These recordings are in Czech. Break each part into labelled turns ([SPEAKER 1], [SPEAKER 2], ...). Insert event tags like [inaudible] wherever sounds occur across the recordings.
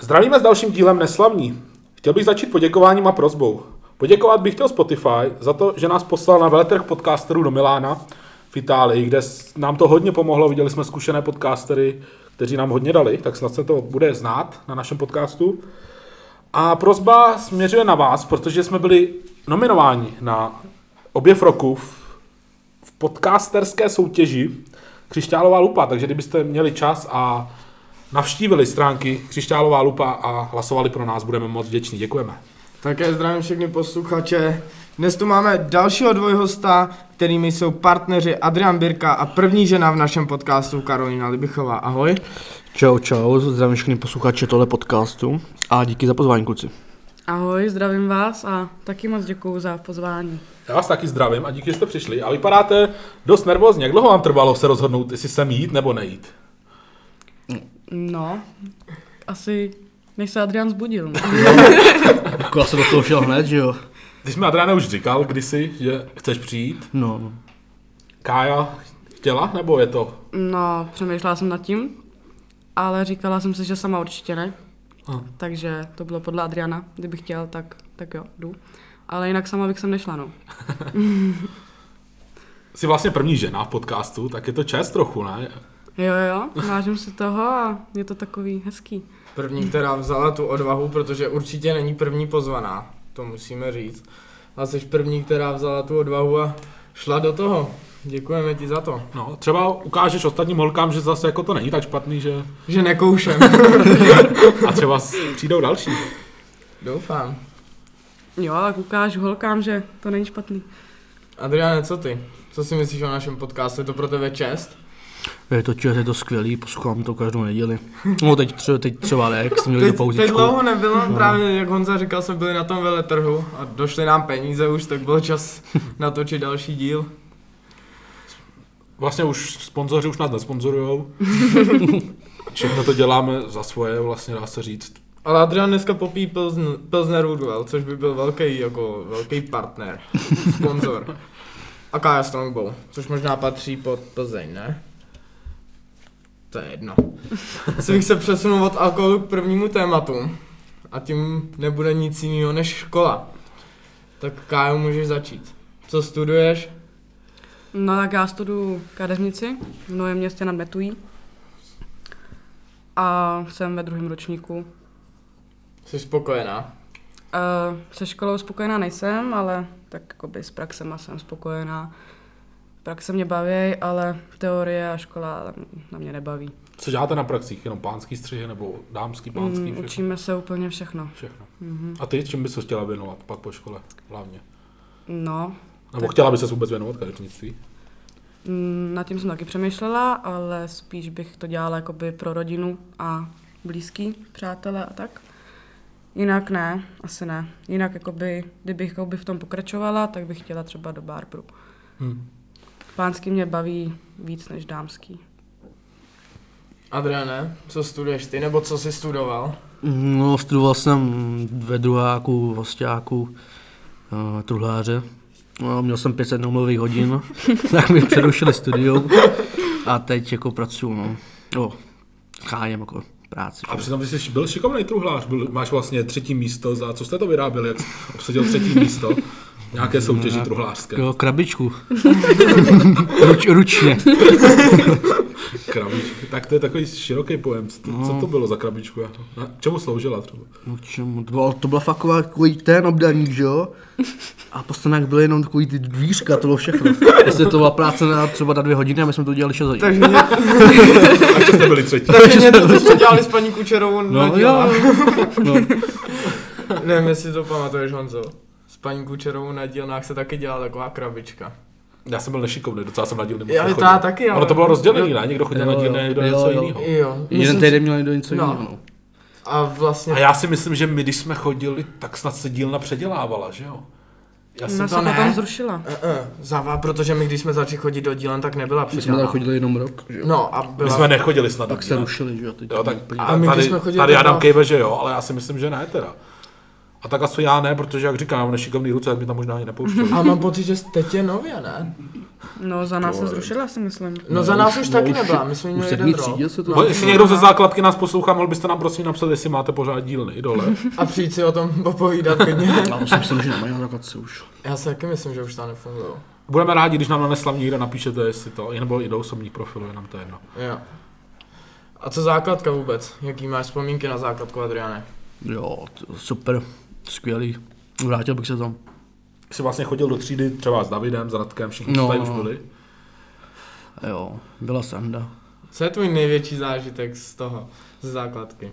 [SPEAKER 1] Zdravíme s dalším dílem Neslavní. Chtěl bych začít poděkováním a prozbou. Poděkovat bych chtěl Spotify za to, že nás poslal na veletrh podcasterů do Milána v Itálii, kde s- nám to hodně pomohlo. Viděli jsme zkušené podcastery, kteří nám hodně dali, tak snad se to bude znát na našem podcastu. A prozba směřuje na vás, protože jsme byli nominováni na objev roku v v podcasterské soutěži Křišťálová lupa, takže kdybyste měli čas a navštívili stránky Křišťálová lupa a hlasovali pro nás, budeme moc vděční. Děkujeme.
[SPEAKER 2] Také zdravím všechny posluchače. Dnes tu máme dalšího dvojhosta, kterými jsou partneři Adrian Birka a první žena v našem podcastu Karolina Libichová. Ahoj.
[SPEAKER 3] Čau, čau, zdravím všechny posluchače tohle podcastu a díky za pozvání, kluci.
[SPEAKER 4] Ahoj, zdravím vás a taky moc děkuju za pozvání.
[SPEAKER 1] Já vás taky zdravím a díky, že jste přišli. A vypadáte dost nervózně. Jak dlouho vám trvalo se rozhodnout, jestli sem jít nebo nejít?
[SPEAKER 4] No, asi než se Adrian zbudil.
[SPEAKER 3] Jako já jsem do toho šel hned, že jo?
[SPEAKER 1] Ty jsi mi Adriane už říkal kdysi, že chceš přijít.
[SPEAKER 3] No, no.
[SPEAKER 1] Kája chtěla, nebo je to?
[SPEAKER 4] No, přemýšlela jsem nad tím, ale říkala jsem si, že sama určitě ne.
[SPEAKER 1] A.
[SPEAKER 4] Takže to bylo podle Adriana, kdybych chtěl, tak, tak jo, jdu. Ale jinak sama bych sem nešla, no.
[SPEAKER 1] Jsi vlastně první žena v podcastu, tak je to čest trochu, ne?
[SPEAKER 4] Jo, jo, vážím si toho a je to takový hezký.
[SPEAKER 2] První, která vzala tu odvahu, protože určitě není první pozvaná, to musíme říct. A jsi první, která vzala tu odvahu a šla do toho. Děkujeme ti za to.
[SPEAKER 1] No, třeba ukážeš ostatním holkám, že zase jako to není tak špatný, že...
[SPEAKER 2] Že nekoušem.
[SPEAKER 1] A třeba s- přijdou další.
[SPEAKER 2] Doufám.
[SPEAKER 4] Jo, tak ukážu holkám, že to není špatný.
[SPEAKER 2] Adriane, co ty? Co si myslíš o našem podcastu? Je to pro tebe čest?
[SPEAKER 3] Je to čest, je to skvělý, poslouchám to každou neděli. No teď třeba, teď třeba ne, jak jsme měli tu
[SPEAKER 2] teď
[SPEAKER 3] pauzičku.
[SPEAKER 2] dlouho nebylo, právě jak Honza říkal, jsme byli na tom veletrhu a došly nám peníze už, tak byl čas natočit další díl.
[SPEAKER 1] Vlastně už sponzoři už nás nesponzorujou. Všechno to děláme za svoje, vlastně dá se říct.
[SPEAKER 2] Ale Adrian dneska popí Pilsn, Pilsner Woodwell, což by byl velký, jako, velký partner, sponzor. A Kaja Strongbow, což možná patří pod Plzeň, ne? To je jedno. Asi bych se přesunul od alkoholu k prvnímu tématu. A tím nebude nic jiného než škola. Tak Kájo, můžeš začít. Co studuješ?
[SPEAKER 4] No tak já studuju kadeřnici v Novém městě nad Metují. A jsem ve druhém ročníku.
[SPEAKER 2] Jsi spokojená?
[SPEAKER 4] Eh, Se školou spokojená nejsem, ale tak jakoby s praxema jsem spokojená. Praxe mě baví, ale teorie a škola na mě nebaví.
[SPEAKER 1] Co děláte na praxích? Jenom pánský střihy nebo dámský, pánský?
[SPEAKER 4] Mm,
[SPEAKER 1] Všechno?
[SPEAKER 4] učíme se úplně všechno. Mhm.
[SPEAKER 1] všechno. A ty čím bys se chtěla věnovat pak po škole hlavně?
[SPEAKER 4] No,
[SPEAKER 1] Nebo
[SPEAKER 4] Tak-
[SPEAKER 1] chtěla bys se vůbec věnovat kadeřnictví?
[SPEAKER 4] mm, nad tím jsem taky přemýšlela, ale spíš bych to dělala jakoby pro rodinu a blízký, přátelé a tak. Jinak ne, asi ne. Jinak jakoby, kdybych jakoby v tom pokračovala, tak bych chtěla třeba do barberu.
[SPEAKER 1] Hmm.
[SPEAKER 4] Pánský mě baví víc než dámský.
[SPEAKER 2] Adriane, co studuješ ty, nebo co jsi studoval?
[SPEAKER 3] No, studoval jsem ve druháku, v hostiáku, uh, truhláře. No, měl jsem 500 nomluvých [laughs] hodin, tak mi přerušili studium a teď jako pracuju, no. Jo, chájem jako práci.
[SPEAKER 1] A přitom ty jsi byl šikovný truhlář, byl, máš vlastně třetí místo za, co jste to vyráběli, jak jsi obsadil třetí místo? Nějaké soutěži truhlářské,
[SPEAKER 3] Jo, krabičku. [laughs] Ruč, ručně.
[SPEAKER 1] krabičky. Tak to je takový široký pojem. Co to- Co to bylo za krabičku? jako? Na čemu sloužila třeba? [laughs]
[SPEAKER 3] No k čemu? To byla, to byla faková takový ten obdaník, že jo? A po stranách byly jenom takový ty dvířka, to bylo všechno. Jestli to byla práce na třeba na dvě hodiny a my jsme to udělali šest
[SPEAKER 2] [laughs]
[SPEAKER 3] hodin.
[SPEAKER 2] Takže mě,
[SPEAKER 1] Takže jste byli třetí.
[SPEAKER 3] [laughs]
[SPEAKER 2] takže něco, co jsme dělali s paní Kučerovou na
[SPEAKER 3] no,
[SPEAKER 2] dílách.
[SPEAKER 3] jo. [laughs] no,
[SPEAKER 2] [laughs] Nevím, jestli to pamatuješ, Honzo. S paní Kučerovou na dílnách se taky dělala taková krabička.
[SPEAKER 1] Já jsem byl nešikovný, docela jsem na dílny moc
[SPEAKER 2] Já-
[SPEAKER 1] nechodil.
[SPEAKER 2] to já taky, ale-
[SPEAKER 1] Ono to bylo rozdělený, ne? Někdo chodil na
[SPEAKER 3] Jo, jo,
[SPEAKER 1] dílny, někdo
[SPEAKER 3] jo,
[SPEAKER 1] něco
[SPEAKER 3] jo.
[SPEAKER 1] jiného.
[SPEAKER 2] Jo.
[SPEAKER 3] jeden týden měl někdo něco
[SPEAKER 2] No.
[SPEAKER 3] jiného. No.
[SPEAKER 2] A vlastně...
[SPEAKER 1] A já si myslím, že my, když jsme chodili, tak snad se dílna předělávala, že jo? Já jsem...
[SPEAKER 4] Ona
[SPEAKER 2] to
[SPEAKER 4] se
[SPEAKER 2] ne.
[SPEAKER 4] potom zrušila.
[SPEAKER 2] Uh, zavá, protože my, když jsme začali chodit do dílen, tak nebyla
[SPEAKER 3] My jsme tam
[SPEAKER 2] přidána.
[SPEAKER 3] chodili jenom rok, že jo?
[SPEAKER 2] No a
[SPEAKER 1] My
[SPEAKER 2] byla...
[SPEAKER 1] jsme nechodili snad
[SPEAKER 3] Pak se rušili, že jo? Teď
[SPEAKER 1] Jo, tak
[SPEAKER 2] A my, když
[SPEAKER 1] tady,
[SPEAKER 2] jsme chodili
[SPEAKER 1] tady
[SPEAKER 2] do
[SPEAKER 1] Adam
[SPEAKER 2] vás-
[SPEAKER 1] kejve, že jo, ale já si myslím, že ne teda. A
[SPEAKER 2] [laughs]
[SPEAKER 1] tak asi já ne, protože jak říkám, já mám nešikovný ruce, tak mi tam možná ani nepouštěli.
[SPEAKER 2] A mám pocit, že teď je nově, ne?
[SPEAKER 4] No, za nás se zrušila, si myslím.
[SPEAKER 2] No za nás už taky
[SPEAKER 3] už-
[SPEAKER 2] nebyla, my jsme
[SPEAKER 3] Už
[SPEAKER 2] měli
[SPEAKER 3] v sedmý
[SPEAKER 2] jeden rok.
[SPEAKER 3] třídě se to...
[SPEAKER 1] No, jestli někdo ze základky nás poslouchá, mohl byste nám prosím napsat, jestli máte pořád dílny dole.
[SPEAKER 2] [laughs] A přijít si o tom [laughs] popovídat klidně.
[SPEAKER 3] Já jsem myslím, že nemají na základce už.
[SPEAKER 2] Já si taky myslím, že už tam nefungují.
[SPEAKER 1] Budeme rádi, když nám na neslavní někdo napíšete, jestli to, nebo i do osobních profilů, je nám to jedno.
[SPEAKER 2] Jo. A co základka vůbec? Jaký máš vzpomínky na základku, Adriane?
[SPEAKER 3] Jo, t- super, skvělý. Vrátil bych se tam.
[SPEAKER 1] Jsi vlastně chodil do třídy třeba s Davidem, s Radkem, všichni
[SPEAKER 3] No,
[SPEAKER 1] no, tady
[SPEAKER 3] no.
[SPEAKER 1] už byli.
[SPEAKER 3] Jo, byla sanda.
[SPEAKER 2] Co je tvůj největší zážitek z toho, ze základky?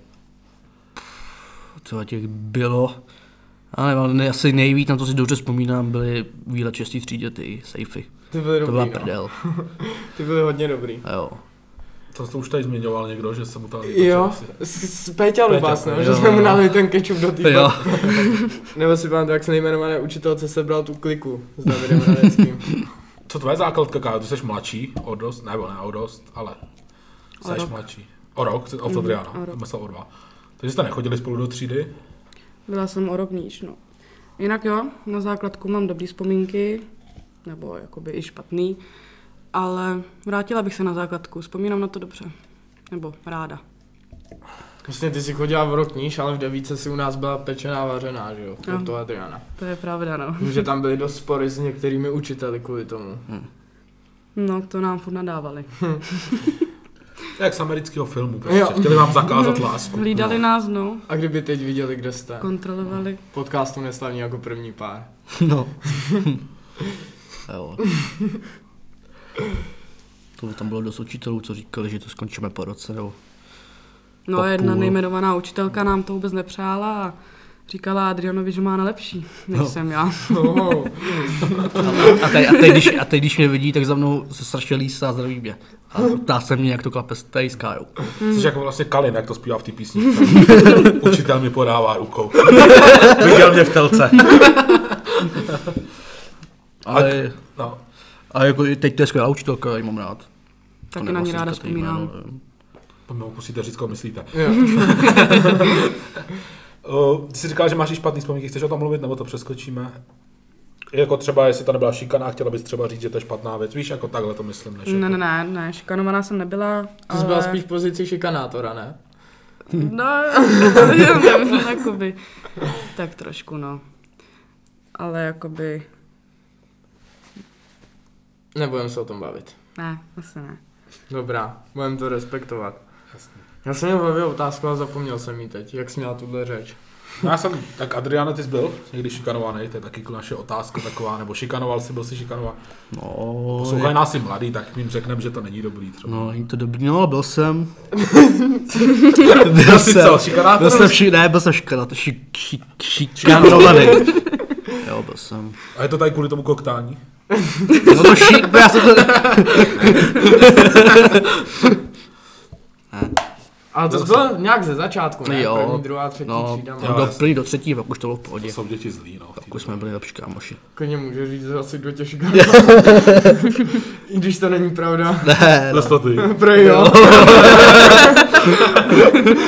[SPEAKER 3] Co těch bylo? Já nevím, ale ne- asi nejvíc, na to si dobře vzpomínám, byly výlet šestý třídě ty sejfy.
[SPEAKER 2] Ty byly
[SPEAKER 3] To byla
[SPEAKER 2] dobrý, no.
[SPEAKER 3] prdel.
[SPEAKER 2] Ty byly hodně dobrý.
[SPEAKER 3] A [laughs] jo.
[SPEAKER 1] To, to už tady zmiňoval někdo, že se mu tam...
[SPEAKER 2] Jo, s, s Péťa Lubás,
[SPEAKER 1] Péťa,
[SPEAKER 2] ne?
[SPEAKER 3] jo,
[SPEAKER 2] Že jsme mu
[SPEAKER 3] jo.
[SPEAKER 2] nalili ten kečup do týpa.
[SPEAKER 3] Jo,
[SPEAKER 2] [laughs] Nebo si pamatuju, jak se nejmenované učitelce sebral tu kliku s Davidem Hradeckým.
[SPEAKER 1] Co tvoje základka, Kájo? Ty jsi mladší o dost, nebo ne o dost, ale
[SPEAKER 4] O
[SPEAKER 1] jsi
[SPEAKER 4] rok. Mhm,
[SPEAKER 1] mladší. O rok, jsi- od Adriana,
[SPEAKER 4] o rok.
[SPEAKER 1] mm, myslel o dva. Takže jste nechodili spolu do třídy?
[SPEAKER 4] Byla jsem o rok níž, no. Jinak jo, na základku mám dobrý vzpomínky, nebo jakoby i špatný, ale vrátila bych se na základku, vzpomínám na to dobře. Nebo ráda.
[SPEAKER 2] Vlastně ty si chodila v rok níž, ale v devíce si u nás byla pečená vařená, že jo?
[SPEAKER 4] Jo.
[SPEAKER 2] Pro to Adriana.
[SPEAKER 4] To je pravda, no.
[SPEAKER 2] Že tam byly dost spory s některými učiteli kvůli tomu.
[SPEAKER 3] Hm.
[SPEAKER 4] No, to nám furt nadávali.
[SPEAKER 1] Jak z amerického filmu
[SPEAKER 2] Jo.
[SPEAKER 1] prostě. Chtěli vám zakázat
[SPEAKER 4] Mhm.
[SPEAKER 1] lásku.
[SPEAKER 4] Hlídali nás, no.
[SPEAKER 2] A kdyby teď viděli, kde jste?
[SPEAKER 4] Kontrolovali.
[SPEAKER 2] Podcastu neslavní jako první pár. [laughs]
[SPEAKER 3] [laughs] no. A jo. To by tam bylo dost učitelů, co říkali, že to skončíme po roce, nebo
[SPEAKER 4] No
[SPEAKER 3] Po
[SPEAKER 4] a jedna
[SPEAKER 3] půl.
[SPEAKER 4] nejmenovaná učitelka nám to vůbec nepřála a říkala Adrianovi, že má na lepší, než
[SPEAKER 3] No.
[SPEAKER 4] jsem já.
[SPEAKER 2] Oh.
[SPEAKER 3] A teď, a, teď, když, a teď, když mě vidí, tak za mnou se strašně lísá a zdraví mě. A ptá se mě, jak to klape s tady s Kájou.
[SPEAKER 4] Mhm.
[SPEAKER 1] Jsi jako vlastně Kalin, jak to zpívá v té písni.
[SPEAKER 4] [laughs]
[SPEAKER 1] Učitel mi podává rukou.
[SPEAKER 3] Viděl mě v telce. [laughs] Ale,
[SPEAKER 1] No.
[SPEAKER 3] ale jako i teď to je skvělá učitelka, já ji mám rád. To
[SPEAKER 4] Taky na
[SPEAKER 3] nemám
[SPEAKER 4] ní
[SPEAKER 3] si
[SPEAKER 4] ráda
[SPEAKER 3] říkat její jméno,
[SPEAKER 4] vzpomínám.
[SPEAKER 3] ale-
[SPEAKER 1] To mi musíte říct, co myslíte.
[SPEAKER 2] Jo.
[SPEAKER 1] [laughs] Uh, ty jsi říkal, že máš i špatný vzpomínky, chceš o tom mluvit, nebo to přeskočíme? Jako třeba, jestli to nebyla šikana, chtěla bys třeba říct, že to je špatná věc. Víš, jako takhle to myslím. Než
[SPEAKER 4] Ne,
[SPEAKER 1] jako...
[SPEAKER 4] ne, ne, ne, šikanovaná jsem nebyla.
[SPEAKER 2] Ty jsi byla spíš v pozici šikanátora, ne?
[SPEAKER 4] No, [laughs] já nevím, jakoby, tak trošku, no. Ale jakoby,
[SPEAKER 2] Nebudem se o tom bavit.
[SPEAKER 4] ne, asi ne.
[SPEAKER 2] Dobrá, budem to respektovat.
[SPEAKER 1] Jasně.
[SPEAKER 2] Já jsem měl v hlavě otázku a zapomněl jsem ji teď, jak jsi měla tuhle řeč.
[SPEAKER 1] No já jsem, tak Adriane, ty jsi byl někdy šikanovaný, to je taky jako naše otázka taková, nebo šikanoval jsi, byl jsi šikanovaný.
[SPEAKER 3] No,
[SPEAKER 1] Poslouchaj nás i mladý, tak jim řekneme, že to není dobrý [laughs] třeba.
[SPEAKER 3] No, není to dobrý, no, ale byl jsem.
[SPEAKER 1] Byl
[SPEAKER 3] byl
[SPEAKER 1] jsi
[SPEAKER 3] jsem,
[SPEAKER 1] co, šikanátor?
[SPEAKER 3] byl jsem, ši, ne, byl jsem škanat, šik, šik, šikanovaný. Jo, byl jsem.
[SPEAKER 1] A je to tady kvůli tomu koktání?
[SPEAKER 3] No to šik, [laughs] já jsem to...
[SPEAKER 2] Ale to bylo nějak ze začátku, ne?
[SPEAKER 3] Jo,
[SPEAKER 2] První, druhá, třetí
[SPEAKER 3] no,
[SPEAKER 2] třída.
[SPEAKER 1] Jo.
[SPEAKER 2] No.
[SPEAKER 3] do první, do třetí, pak už to bylo v
[SPEAKER 1] To
[SPEAKER 3] pohodě.
[SPEAKER 1] jsou děti zlí, no. v té
[SPEAKER 3] Pak už
[SPEAKER 1] době.
[SPEAKER 3] jsme byli lepší [laughs] kámoši.
[SPEAKER 2] Klidně může říct asi, kdo tě šikanoval. I když to není pravda. [laughs]
[SPEAKER 3] Ne, no.
[SPEAKER 1] Zas to ty. [laughs]
[SPEAKER 2] Pro [laughs] jo.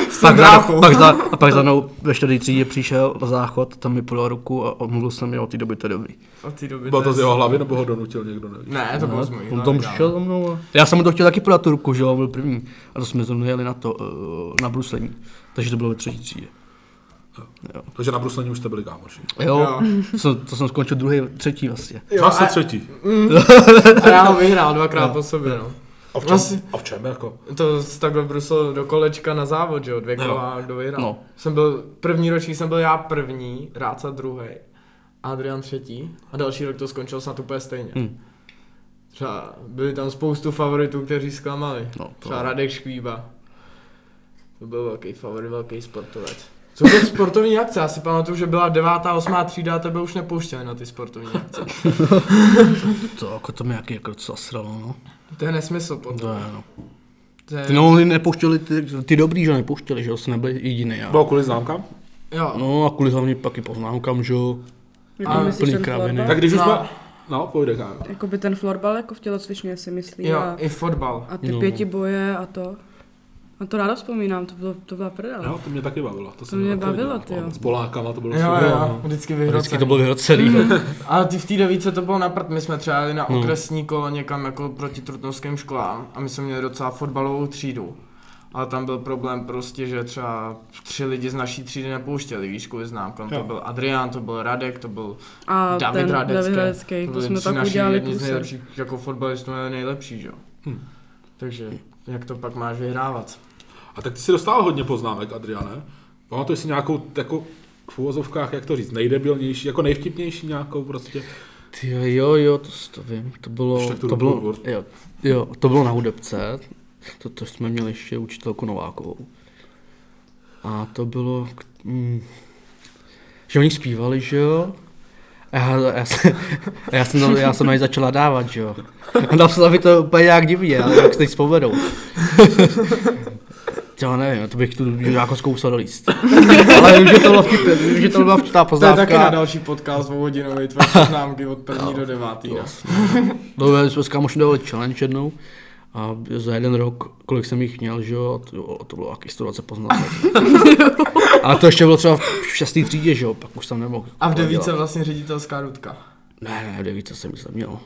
[SPEAKER 3] Pak za,
[SPEAKER 2] bráchou.
[SPEAKER 3] pak za, a pak za mnou ve čtvrtý třídě přišel na záchod, tam mi podal ruku a omluvil jsem je od té doby to je dobrý.
[SPEAKER 2] Od té doby
[SPEAKER 1] Bylo
[SPEAKER 2] to
[SPEAKER 1] to
[SPEAKER 2] je-
[SPEAKER 1] z jeho hlavy, nebo ho donutil někdo, nevím.
[SPEAKER 2] Ne, to bylo z mojí
[SPEAKER 3] On
[SPEAKER 2] hlavy, kámo.
[SPEAKER 3] tam přišel za mnou a... Já jsem mu to chtěl taky podat tu ruku, že jo, byl první. A to jsme zrovna jeli na to, eh, na bruslení. Takže to bylo ve třetí třídě.
[SPEAKER 1] Takže na Bruslení už jste byli kámoši.
[SPEAKER 3] Jo,
[SPEAKER 2] Jo.
[SPEAKER 3] jo. To, jsem, to jsem skončil druhý, třetí vlastně.
[SPEAKER 2] Jo,
[SPEAKER 1] Zase
[SPEAKER 2] a-
[SPEAKER 1] třetí.
[SPEAKER 2] A já ho vyhrál dvakrát po sobě, no.
[SPEAKER 1] A v čem,
[SPEAKER 2] Vlastně-
[SPEAKER 1] a v čem jako?
[SPEAKER 2] To z takhle brusel do kolečka na závod, že jo, dvě kola, a kdo vyhrál.
[SPEAKER 3] No.
[SPEAKER 2] Jsem byl, první ročník jsem byl já první, Ráca druhý, Adrian třetí a další rok to skončilo snad úplně stejně.
[SPEAKER 3] Hm.
[SPEAKER 2] Třeba byli tam spoustu favoritů, kteří zklamali.
[SPEAKER 3] No, to-
[SPEAKER 2] Třeba Radek Škvíba. To byl velký favorit, velký sportovec. Co to sportovní akce? Já si pamatuju, že byla devátá, osmá třída a tebe už nepouštěli na ty sportovní akce.
[SPEAKER 3] To jako to mě jaký jako docela sralo, no.
[SPEAKER 2] To je nesmysl potom.
[SPEAKER 3] To je, no.
[SPEAKER 2] To je...
[SPEAKER 3] Ty no, oni nepouštěli, ty, ty dobrý, že jo, nepouštěli, že jo, jsi nebyl jediný. Já.
[SPEAKER 1] Bylo kvůli známkám?
[SPEAKER 2] Jo.
[SPEAKER 3] No a kvůli hlavně pak i poznámkám, že jo.
[SPEAKER 4] Jako myslíš
[SPEAKER 3] plný
[SPEAKER 4] ten
[SPEAKER 3] kraviny.
[SPEAKER 4] florbal?
[SPEAKER 1] Tak když už
[SPEAKER 2] No.
[SPEAKER 1] jsme... No, pojde kámo.
[SPEAKER 4] Jakoby ten florbal jako v tělocvičně si myslí
[SPEAKER 2] Jo,
[SPEAKER 4] a,
[SPEAKER 2] i fotbal.
[SPEAKER 4] a ty
[SPEAKER 3] No.
[SPEAKER 4] pěti boje a to. Na to ráda vzpomínám, to, bylo, to byla prdel.
[SPEAKER 1] Jo, to mě taky bavilo. To, jsem
[SPEAKER 4] mě
[SPEAKER 1] taky
[SPEAKER 4] bavilo,
[SPEAKER 1] viděl.
[SPEAKER 4] tyjo.
[SPEAKER 1] S Polákama to bylo
[SPEAKER 2] Jo,
[SPEAKER 1] super.
[SPEAKER 2] jo, vždycky vyhrocený.
[SPEAKER 3] Vždycky to bylo vyhrocený. no.
[SPEAKER 2] A ty v té devíce to bylo na prd, my jsme třeba jeli na okresní kolo někam jako proti trutnovským školám a my jsme měli docela fotbalovou třídu. Ale tam byl problém prostě, že třeba tři lidi z naší třídy nepouštěli výšku známkám. To
[SPEAKER 1] Jo.
[SPEAKER 2] byl Adrián, to byl Radek, to byl
[SPEAKER 4] A
[SPEAKER 2] David
[SPEAKER 4] ten
[SPEAKER 2] Radecký.
[SPEAKER 4] David Radecký, to
[SPEAKER 2] byli
[SPEAKER 4] jsme
[SPEAKER 2] tři
[SPEAKER 4] tak
[SPEAKER 2] naši
[SPEAKER 4] udělali
[SPEAKER 2] jedni z
[SPEAKER 4] průser.
[SPEAKER 2] nejlepších, jako fotbalistů ale nejlepší, že jo.
[SPEAKER 1] Hm.
[SPEAKER 2] Takže jak Hmm. to pak máš vyhrávat?
[SPEAKER 1] A tak ty si dostal hodně poznámek, Adriane. Pamatuješ si nějakou, jako v úvozovkách, jak to říct, nejdebilnější, jako nejvtipnější nějakou prostě.
[SPEAKER 3] Ty jo, jo, jo, to, si to vím, to
[SPEAKER 1] Když
[SPEAKER 3] bylo,
[SPEAKER 1] tak to
[SPEAKER 3] to bylo,
[SPEAKER 1] dopadlo.
[SPEAKER 3] jo, jo, to bylo na hudebce, to, to jsme měli ještě učitelku Novákovou. A to bylo, k- mm, že oni zpívali, že jo, a já, já, jsem, a já, jsem, tam- já jsem na ně začala dávat, že jo. A napsala mi to úplně nějak divně, ale jak se teď vzpomenou. Já nevím, to bych tu žákovskou musel dolíst. Ale vím, že to bylo vtipné, vím, že to byla vtipná
[SPEAKER 2] To je
[SPEAKER 3] poznávka.
[SPEAKER 2] taky na další podcast dvouhodinový tvoje poznámky od první do devátý. [laughs] no.
[SPEAKER 3] [laughs] No, my jsme s kámošem dělali challenge jednou a za jeden rok, kolik jsem jich měl, že jo, to, jo, to bylo taky 120
[SPEAKER 4] [laughs]
[SPEAKER 3] poznámek. Ale to ještě bylo třeba v šestý třídě, že jo, pak už tam nemohl.
[SPEAKER 2] A v devíce
[SPEAKER 3] dělat.
[SPEAKER 2] vlastně ředitelská rudka.
[SPEAKER 3] Ne, ne, v devíce jsem jich měl.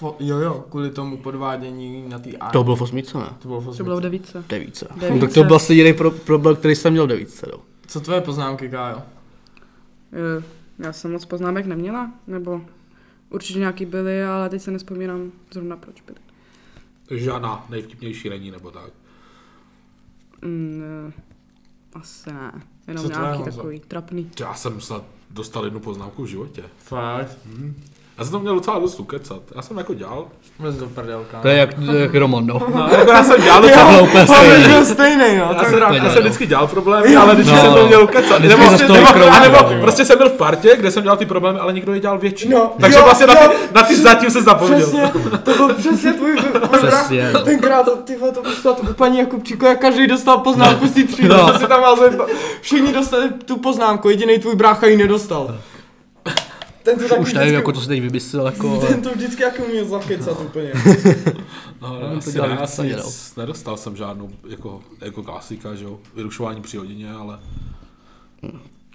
[SPEAKER 2] Fo- jo, jo, kvůli tomu podvádění na té A.
[SPEAKER 3] To bylo v osmice, ne?
[SPEAKER 2] to bylo v
[SPEAKER 4] To bylo v
[SPEAKER 2] osmice.
[SPEAKER 4] devíce.
[SPEAKER 3] V devíce.
[SPEAKER 4] Devíce.
[SPEAKER 3] No, tak to byl asi jediný pro, problém, který jsem měl v devíce, no.
[SPEAKER 2] Co tvoje poznámky, Kájo?
[SPEAKER 4] Eh, Já jsem moc poznámek neměla, nebo určitě nějaký byly, ale teď se nespomínám zrovna proč byly.
[SPEAKER 1] Takže žádná nejvtipnější není, nebo tak.
[SPEAKER 4] Mm, eh, asi ne, jenom
[SPEAKER 2] Co to je,
[SPEAKER 4] nějaký
[SPEAKER 2] Honzo?
[SPEAKER 4] takový trapný.
[SPEAKER 1] Já jsem snad dostal jednu poznámku v životě.
[SPEAKER 2] Fakt?
[SPEAKER 1] Já jsem to měl docela dost ukecat. Já jsem jako dělal.
[SPEAKER 2] Vůbec do prdelka.
[SPEAKER 3] To je jak, to je jak Roman,
[SPEAKER 4] [laughs]
[SPEAKER 3] no.
[SPEAKER 1] No, jako [laughs] [laughs] já jsem dělal docela
[SPEAKER 3] bylo úplně stejný.
[SPEAKER 2] stejný, jo.
[SPEAKER 1] Já jsem, rád, já
[SPEAKER 3] no.
[SPEAKER 1] jsem vždycky dělal problémy, ale když
[SPEAKER 3] No,
[SPEAKER 1] jsem to
[SPEAKER 3] no.
[SPEAKER 1] měl kecat,
[SPEAKER 3] Vždycky
[SPEAKER 1] nebo, vlastně
[SPEAKER 3] se z toho
[SPEAKER 1] nebo,
[SPEAKER 3] vykroutil,
[SPEAKER 1] anebo
[SPEAKER 3] jo.
[SPEAKER 1] prostě jsem byl v partě, kde jsem dělal ty problémy, ale nikdo je dělal větší.
[SPEAKER 2] No,
[SPEAKER 1] Takže
[SPEAKER 2] jo,
[SPEAKER 1] vlastně na ty,
[SPEAKER 2] jo.
[SPEAKER 1] na ty zatím se
[SPEAKER 3] [laughs]
[SPEAKER 1] zapomněl.
[SPEAKER 2] Přesně, to byl přesně tvůj tvůj
[SPEAKER 3] Přesně,
[SPEAKER 2] brak.
[SPEAKER 3] no.
[SPEAKER 2] Tenkrát to, ty vole, to bylo to paní Jakubčíko, jako jak každý dostal poznámku z té třídy,
[SPEAKER 3] No.
[SPEAKER 2] no. si tam házeli, pa- všichni dostali tu poznámku, jediný tvůj brácha ji nedostal. Ten to taky
[SPEAKER 3] Už nevím,
[SPEAKER 2] vždycky-
[SPEAKER 3] jako to se teď vymyslel, jako... ale-
[SPEAKER 2] Ten to vždycky jako uměl zakecat
[SPEAKER 3] [laughs]
[SPEAKER 2] úplně.
[SPEAKER 1] No,
[SPEAKER 3] On
[SPEAKER 1] no,
[SPEAKER 3] to
[SPEAKER 1] asi
[SPEAKER 3] dělal
[SPEAKER 1] ne,
[SPEAKER 3] víc,
[SPEAKER 1] asi
[SPEAKER 3] co dělal.
[SPEAKER 1] nic, nedostal jsem žádnou jako, jako klasika, že jo, vyrušování při hodině, ale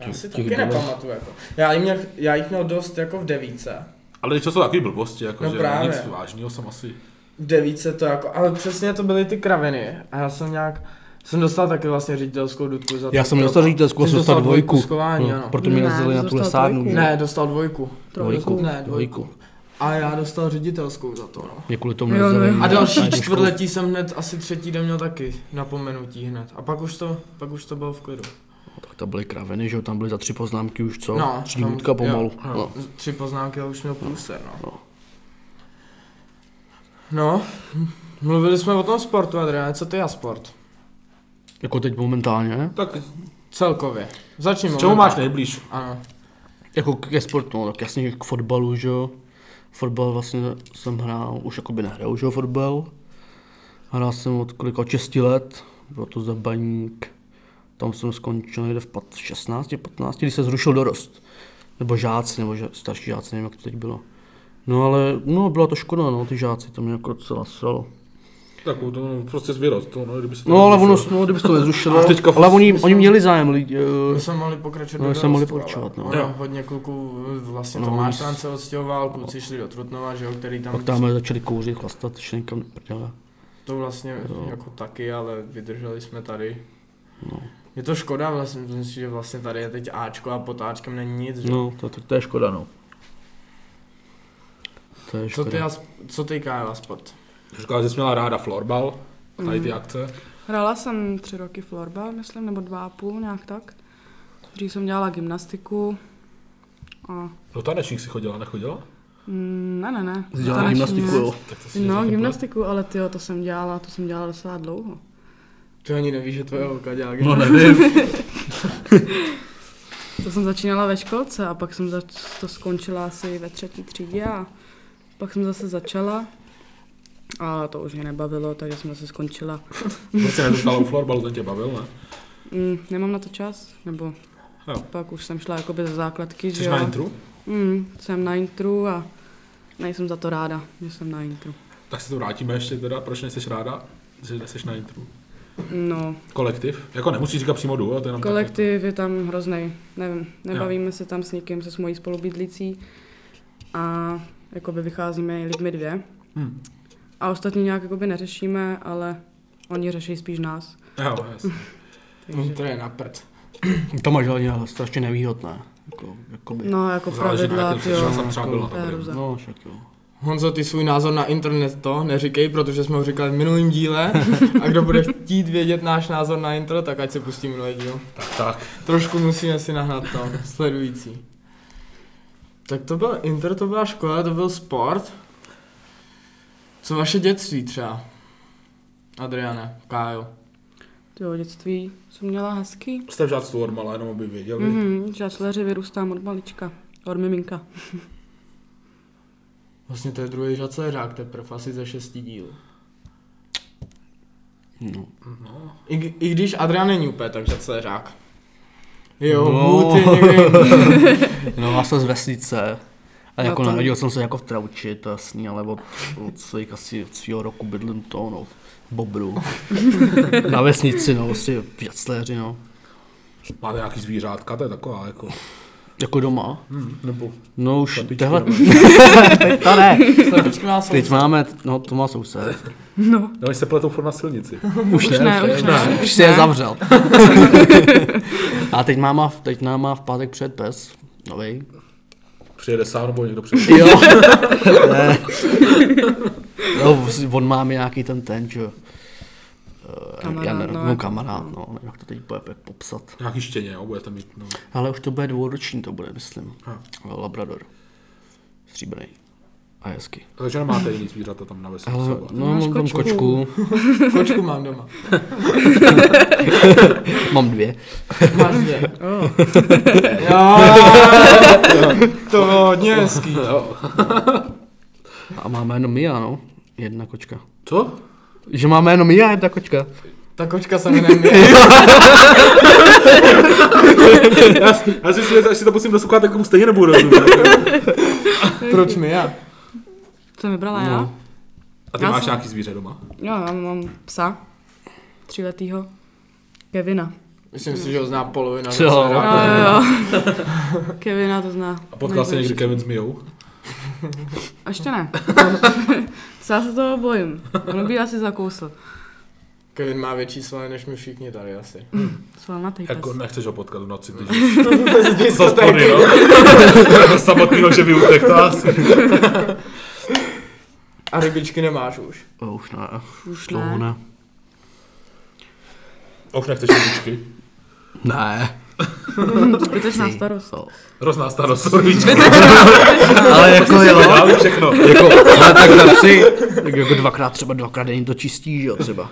[SPEAKER 2] Já si
[SPEAKER 3] těch
[SPEAKER 2] taky
[SPEAKER 3] bylo-
[SPEAKER 2] nepamatuju jako. Já jich, měl, já jich měl dost jako v devíce.
[SPEAKER 1] ale když to jsou takový blbosti, jako,
[SPEAKER 2] No
[SPEAKER 1] že
[SPEAKER 2] právě.
[SPEAKER 1] nic vážného jsem asi,
[SPEAKER 2] V devíce to jako, ale přesně to byly ty kraviny. A já jsem nějak, jsem dostal taky vlastně ředitelskou dudku za
[SPEAKER 3] Já
[SPEAKER 2] to-
[SPEAKER 3] jsem nedostal ředitelskou, já
[SPEAKER 2] Ty
[SPEAKER 3] jsem
[SPEAKER 2] jsi
[SPEAKER 3] dostal dvojku.
[SPEAKER 2] Schování,
[SPEAKER 3] No,
[SPEAKER 2] ano.
[SPEAKER 3] proto mě
[SPEAKER 4] Ne,
[SPEAKER 3] nazdali na
[SPEAKER 4] jsi
[SPEAKER 3] tu
[SPEAKER 4] dostal
[SPEAKER 3] lesárnu.
[SPEAKER 4] dvojku.
[SPEAKER 3] že?
[SPEAKER 2] Ne, dostal dvojku.
[SPEAKER 3] Dvojku,
[SPEAKER 2] Ne, dvojku.
[SPEAKER 3] dvojku.
[SPEAKER 2] A já dostal ředitelskou za to, no.
[SPEAKER 3] Mě kvůli tomu
[SPEAKER 4] Jo, no,
[SPEAKER 3] nezdali.
[SPEAKER 4] jo.
[SPEAKER 2] A
[SPEAKER 3] na- na
[SPEAKER 2] další
[SPEAKER 3] tu
[SPEAKER 2] čtvrtletí jsem hned asi třetí den měl taky napomenutí hned. A pak už to, pak už to bylo v klidu.
[SPEAKER 3] Tak to byly kraveny, že jo, tam byly za tři poznámky už co?
[SPEAKER 2] No,
[SPEAKER 3] No, Tří hudka
[SPEAKER 2] tam- jo,
[SPEAKER 3] pomalu.
[SPEAKER 1] jo.
[SPEAKER 3] No.
[SPEAKER 2] Tři poznámky a už měl průser, no.
[SPEAKER 3] No.
[SPEAKER 2] No, mluvili jsme o tom sportu, Adriane, co ty a sport?
[SPEAKER 3] Jako teď momentálně?
[SPEAKER 1] tak
[SPEAKER 2] Celkově. Začni
[SPEAKER 3] No,
[SPEAKER 1] k čemu máš nejblíž?
[SPEAKER 2] Ano.
[SPEAKER 3] Jako ke sportu, no, tak jasně k fotbalu, že jo. Fotbal vlastně jsem hrál, už jakoby nehrál, že jo, fotbal. Hrál jsem od kolika, od 6 let, bylo to za baník. Tam jsem skončil někde v pat- 16, 15, když se zrušil dorost. Nebo žáci, nebo ža- starší žáci, nevím, jak to teď bylo. No ale, no byla to škoda, no, ty žáci, to mě jako docela sralo.
[SPEAKER 1] Tak to no, prostě zvěrost, to, no, kdyby se to
[SPEAKER 3] No, ale ono,
[SPEAKER 1] nezrušilo.
[SPEAKER 3] no, kdyby se to
[SPEAKER 1] A
[SPEAKER 3] nezrušilo,
[SPEAKER 1] teďka
[SPEAKER 3] ale
[SPEAKER 1] furt-
[SPEAKER 3] oni, oni měli zájem, lidi,
[SPEAKER 2] My
[SPEAKER 3] eh,
[SPEAKER 2] jsme mohli pokračovat.
[SPEAKER 3] No,
[SPEAKER 2] do
[SPEAKER 3] my jsme mohli
[SPEAKER 2] dorostu, ale
[SPEAKER 3] pokračovat, no.
[SPEAKER 2] ono
[SPEAKER 1] Jo.
[SPEAKER 2] Hodně kluků, vlastně
[SPEAKER 3] No,
[SPEAKER 2] Tomáš
[SPEAKER 3] s-
[SPEAKER 2] Tran se odstěhoval, kluci šli do Trutnova, že jo, který tam,
[SPEAKER 3] pak tam začali kouřit, chlastat, šli někam do prdele.
[SPEAKER 2] to vlastně jako taky, ale vydrželi jsme tady.
[SPEAKER 3] No.
[SPEAKER 2] Je to škoda, vlastně, myslím si, že vlastně tady je teď Ačko a pod Ačkem není nic, že? jo.
[SPEAKER 3] No, to, to, to je škoda, no. To je
[SPEAKER 2] Co
[SPEAKER 3] škoda.
[SPEAKER 2] ty, a sp- co ty Kála sport?
[SPEAKER 1] Říkala, že jsi měla ráda florbal, a tady
[SPEAKER 3] Mm.
[SPEAKER 1] ty akce.
[SPEAKER 4] Hrála jsem tři roky florbal, myslím, nebo dva a půl, nějak tak. Dřív jsem dělala gymnastiku a
[SPEAKER 1] No tanečník si chodila, nechodila?
[SPEAKER 4] mm, ne, ne, ne.
[SPEAKER 3] Jsi dělala
[SPEAKER 4] taneční
[SPEAKER 3] gymnastiku,
[SPEAKER 4] ne.
[SPEAKER 3] jo.
[SPEAKER 1] Tak to
[SPEAKER 4] No,
[SPEAKER 1] nezapomenul.
[SPEAKER 4] gymnastiku, ale ty to jsem dělala, to jsem dělala docela dlouho.
[SPEAKER 2] Ty ani nevíš, že tvoje holka dělá
[SPEAKER 3] No nevím.
[SPEAKER 4] To jsem začínala ve školce a pak jsem zač- to skončila asi ve třetí třídě a pak jsem zase začala a to už mě nebavilo, takže jsem zase skončila.
[SPEAKER 1] Proč se nedostala u florbalu, Prostě ten tě bavil, ne?
[SPEAKER 4] Mm, nemám na to čas, nebo
[SPEAKER 1] Jo.
[SPEAKER 4] pak už jsem šla jakoby ze základky,
[SPEAKER 1] No. Jsi
[SPEAKER 4] že
[SPEAKER 1] na
[SPEAKER 4] jo.
[SPEAKER 1] intru?
[SPEAKER 4] Mm, jsem na intru a nejsem za to ráda, že jsem na intru.
[SPEAKER 1] Tak se to vrátíme ještě teda, proč nejseš ráda, že jsi na intru?
[SPEAKER 4] No,
[SPEAKER 1] Kolektiv? Jako nemusíš říkat přímo duo, to je jenom tak-
[SPEAKER 4] Kolektiv je tam hrozný, nevím, nebavíme se tam s nikým, se s mojí spolubydlící a jakoby vycházíme i my dvě.
[SPEAKER 1] Hm.
[SPEAKER 4] A ostatní nějak jakoby neřešíme, ale oni řeší spíš nás.
[SPEAKER 1] Jo, jasně.
[SPEAKER 4] Jako
[SPEAKER 2] No, [laughs] to je na prd.
[SPEAKER 3] To máš hlavně ale strašně nevýhodné. Jako, jakoby.
[SPEAKER 4] No jako
[SPEAKER 1] Záleží na
[SPEAKER 4] pravidla,
[SPEAKER 1] jakém
[SPEAKER 4] ty
[SPEAKER 1] sešel
[SPEAKER 4] jo.
[SPEAKER 1] jsem třeba byl na
[SPEAKER 4] To je
[SPEAKER 1] dobrým.
[SPEAKER 4] hrůza.
[SPEAKER 3] no však jo.
[SPEAKER 2] Honzo, ty svůj názor na internet to neříkej, protože jsme ho říkali v minulém díle. A kdo bude chtít vědět náš názor na intro, tak ať se pustí minulý díl.
[SPEAKER 1] Tak, tak.
[SPEAKER 2] Trošku musíme si nahnat to, sledující. Tak to byl intro, to byla škola, to byl sport. Co vaše dětství třeba? Adriane, Kájo.
[SPEAKER 4] Ty jo, dětství jsem měla hezký.
[SPEAKER 1] Jste v žádstvu od malé, jenom aby věděli.
[SPEAKER 4] Mhm, žasleři vyrůstám od malička, od miminka.
[SPEAKER 2] Vlastně to je druhý žacléřák teprve, asi ze šesti dílů.
[SPEAKER 3] No.
[SPEAKER 1] No.
[SPEAKER 2] I, k- I, když Adrian není úplně tak žacléřák. Jo,
[SPEAKER 3] No.
[SPEAKER 2] no. ty někdy.
[SPEAKER 3] no já jsem z vesnice. A
[SPEAKER 4] No
[SPEAKER 3] jako
[SPEAKER 4] to-
[SPEAKER 3] narodil jsem se jako v Trauči, to jasný, ale od, od svých asi od svýho roku bydlím to, no, v Bobru. Na vesnici, no, vlastně v Jacléři, no.
[SPEAKER 1] Máte nějaký zvířátka, to je taková jako...
[SPEAKER 3] Jako doma.
[SPEAKER 1] Hm. Nebo...
[SPEAKER 3] No už
[SPEAKER 1] Slepičky
[SPEAKER 3] tehle... [laughs] teď to ne.
[SPEAKER 2] Slepičky má
[SPEAKER 3] Teď
[SPEAKER 2] soused.
[SPEAKER 3] máme, no to má soused.
[SPEAKER 4] No,
[SPEAKER 1] No, se pletou furt na
[SPEAKER 4] [laughs]
[SPEAKER 1] silnici.
[SPEAKER 3] Už,
[SPEAKER 4] ne, už ne,
[SPEAKER 3] Už
[SPEAKER 4] už
[SPEAKER 3] se je
[SPEAKER 4] ne. [laughs]
[SPEAKER 3] zavřel. A teď nám má, teď nám má v pátek před pes. Novej.
[SPEAKER 1] Přijede sám nebo
[SPEAKER 4] [laughs]
[SPEAKER 1] někdo přijede.
[SPEAKER 3] Jo. ne. No, on má mi nějaký ten ten, že jo. Eh, já
[SPEAKER 4] Kamarád,
[SPEAKER 3] ne,
[SPEAKER 4] no,
[SPEAKER 3] no,
[SPEAKER 4] jako-
[SPEAKER 3] kamarád, no, nevím, jak to teď bude jak popsat.
[SPEAKER 1] Nějaký štěně, jo, budete mít. No.
[SPEAKER 3] Ale už to bude dvouroční, to bude, myslím.
[SPEAKER 1] Ha.
[SPEAKER 3] Labrador. Stříbrný. A hezky.
[SPEAKER 1] Takže nemáte jiný zvířata tam na vesnici.
[SPEAKER 3] Ale,
[SPEAKER 1] třeba.
[SPEAKER 3] no,
[SPEAKER 4] Máš
[SPEAKER 3] mám tam
[SPEAKER 4] kočku.
[SPEAKER 3] kočku,
[SPEAKER 2] Kočku mám doma.
[SPEAKER 3] mám dvě.
[SPEAKER 2] Máš dvě. [laughs]
[SPEAKER 4] oh,
[SPEAKER 2] Jo, to bylo hodně hezký.
[SPEAKER 3] A máme jenom Mia, no. Jedna kočka.
[SPEAKER 1] Co?
[SPEAKER 3] Že máme jenom Mia, jedna kočka.
[SPEAKER 2] Ta kočka se mi nemě.
[SPEAKER 1] Já, já si myslím, že až si to musím dosoukat, tak tomu stejně nebudu
[SPEAKER 4] [laughs]
[SPEAKER 1] rozumět.
[SPEAKER 2] Proč mi já?
[SPEAKER 4] co jsem vybrala já?
[SPEAKER 3] No.
[SPEAKER 1] A ty
[SPEAKER 4] Já
[SPEAKER 1] máš
[SPEAKER 4] jsem-
[SPEAKER 1] nějaký zvíře doma?
[SPEAKER 4] Jo, já mám psa, tříletýho, Kevina.
[SPEAKER 2] Myslím si, že ho zná polovina.
[SPEAKER 3] Co?
[SPEAKER 2] docela.
[SPEAKER 4] Jo, jo, jo. [laughs] Kevina to zná.
[SPEAKER 1] A potkal se
[SPEAKER 4] nejvíc.
[SPEAKER 1] někdy Kevin s Mijou?
[SPEAKER 4] A
[SPEAKER 1] [laughs]
[SPEAKER 4] Ještě ne. Já se toho bojím. On by asi zakousl.
[SPEAKER 2] Kevin má větší svaly než my všichni tady [laughs] asi.
[SPEAKER 4] Svalnatý pes.
[SPEAKER 1] Jako nechceš ho potkat v noci, když za spody, no. Samotnýho, že by utek, to asi.
[SPEAKER 2] A rybičky nemáš už.
[SPEAKER 3] O, už ne.
[SPEAKER 4] Už
[SPEAKER 3] Dlouho
[SPEAKER 4] [laughs] ne.
[SPEAKER 3] ne.
[SPEAKER 1] A už nechceš rybičky.
[SPEAKER 3] Ne.
[SPEAKER 4] Zbytečná starost.
[SPEAKER 3] No.
[SPEAKER 1] Hrozná starost, rybičky.
[SPEAKER 3] Ale jako jo.
[SPEAKER 1] Já vím všechno.
[SPEAKER 3] Jako, ale tak na psy, tak jako dvakrát třeba dvakrát denně to čistí, že jo, třeba.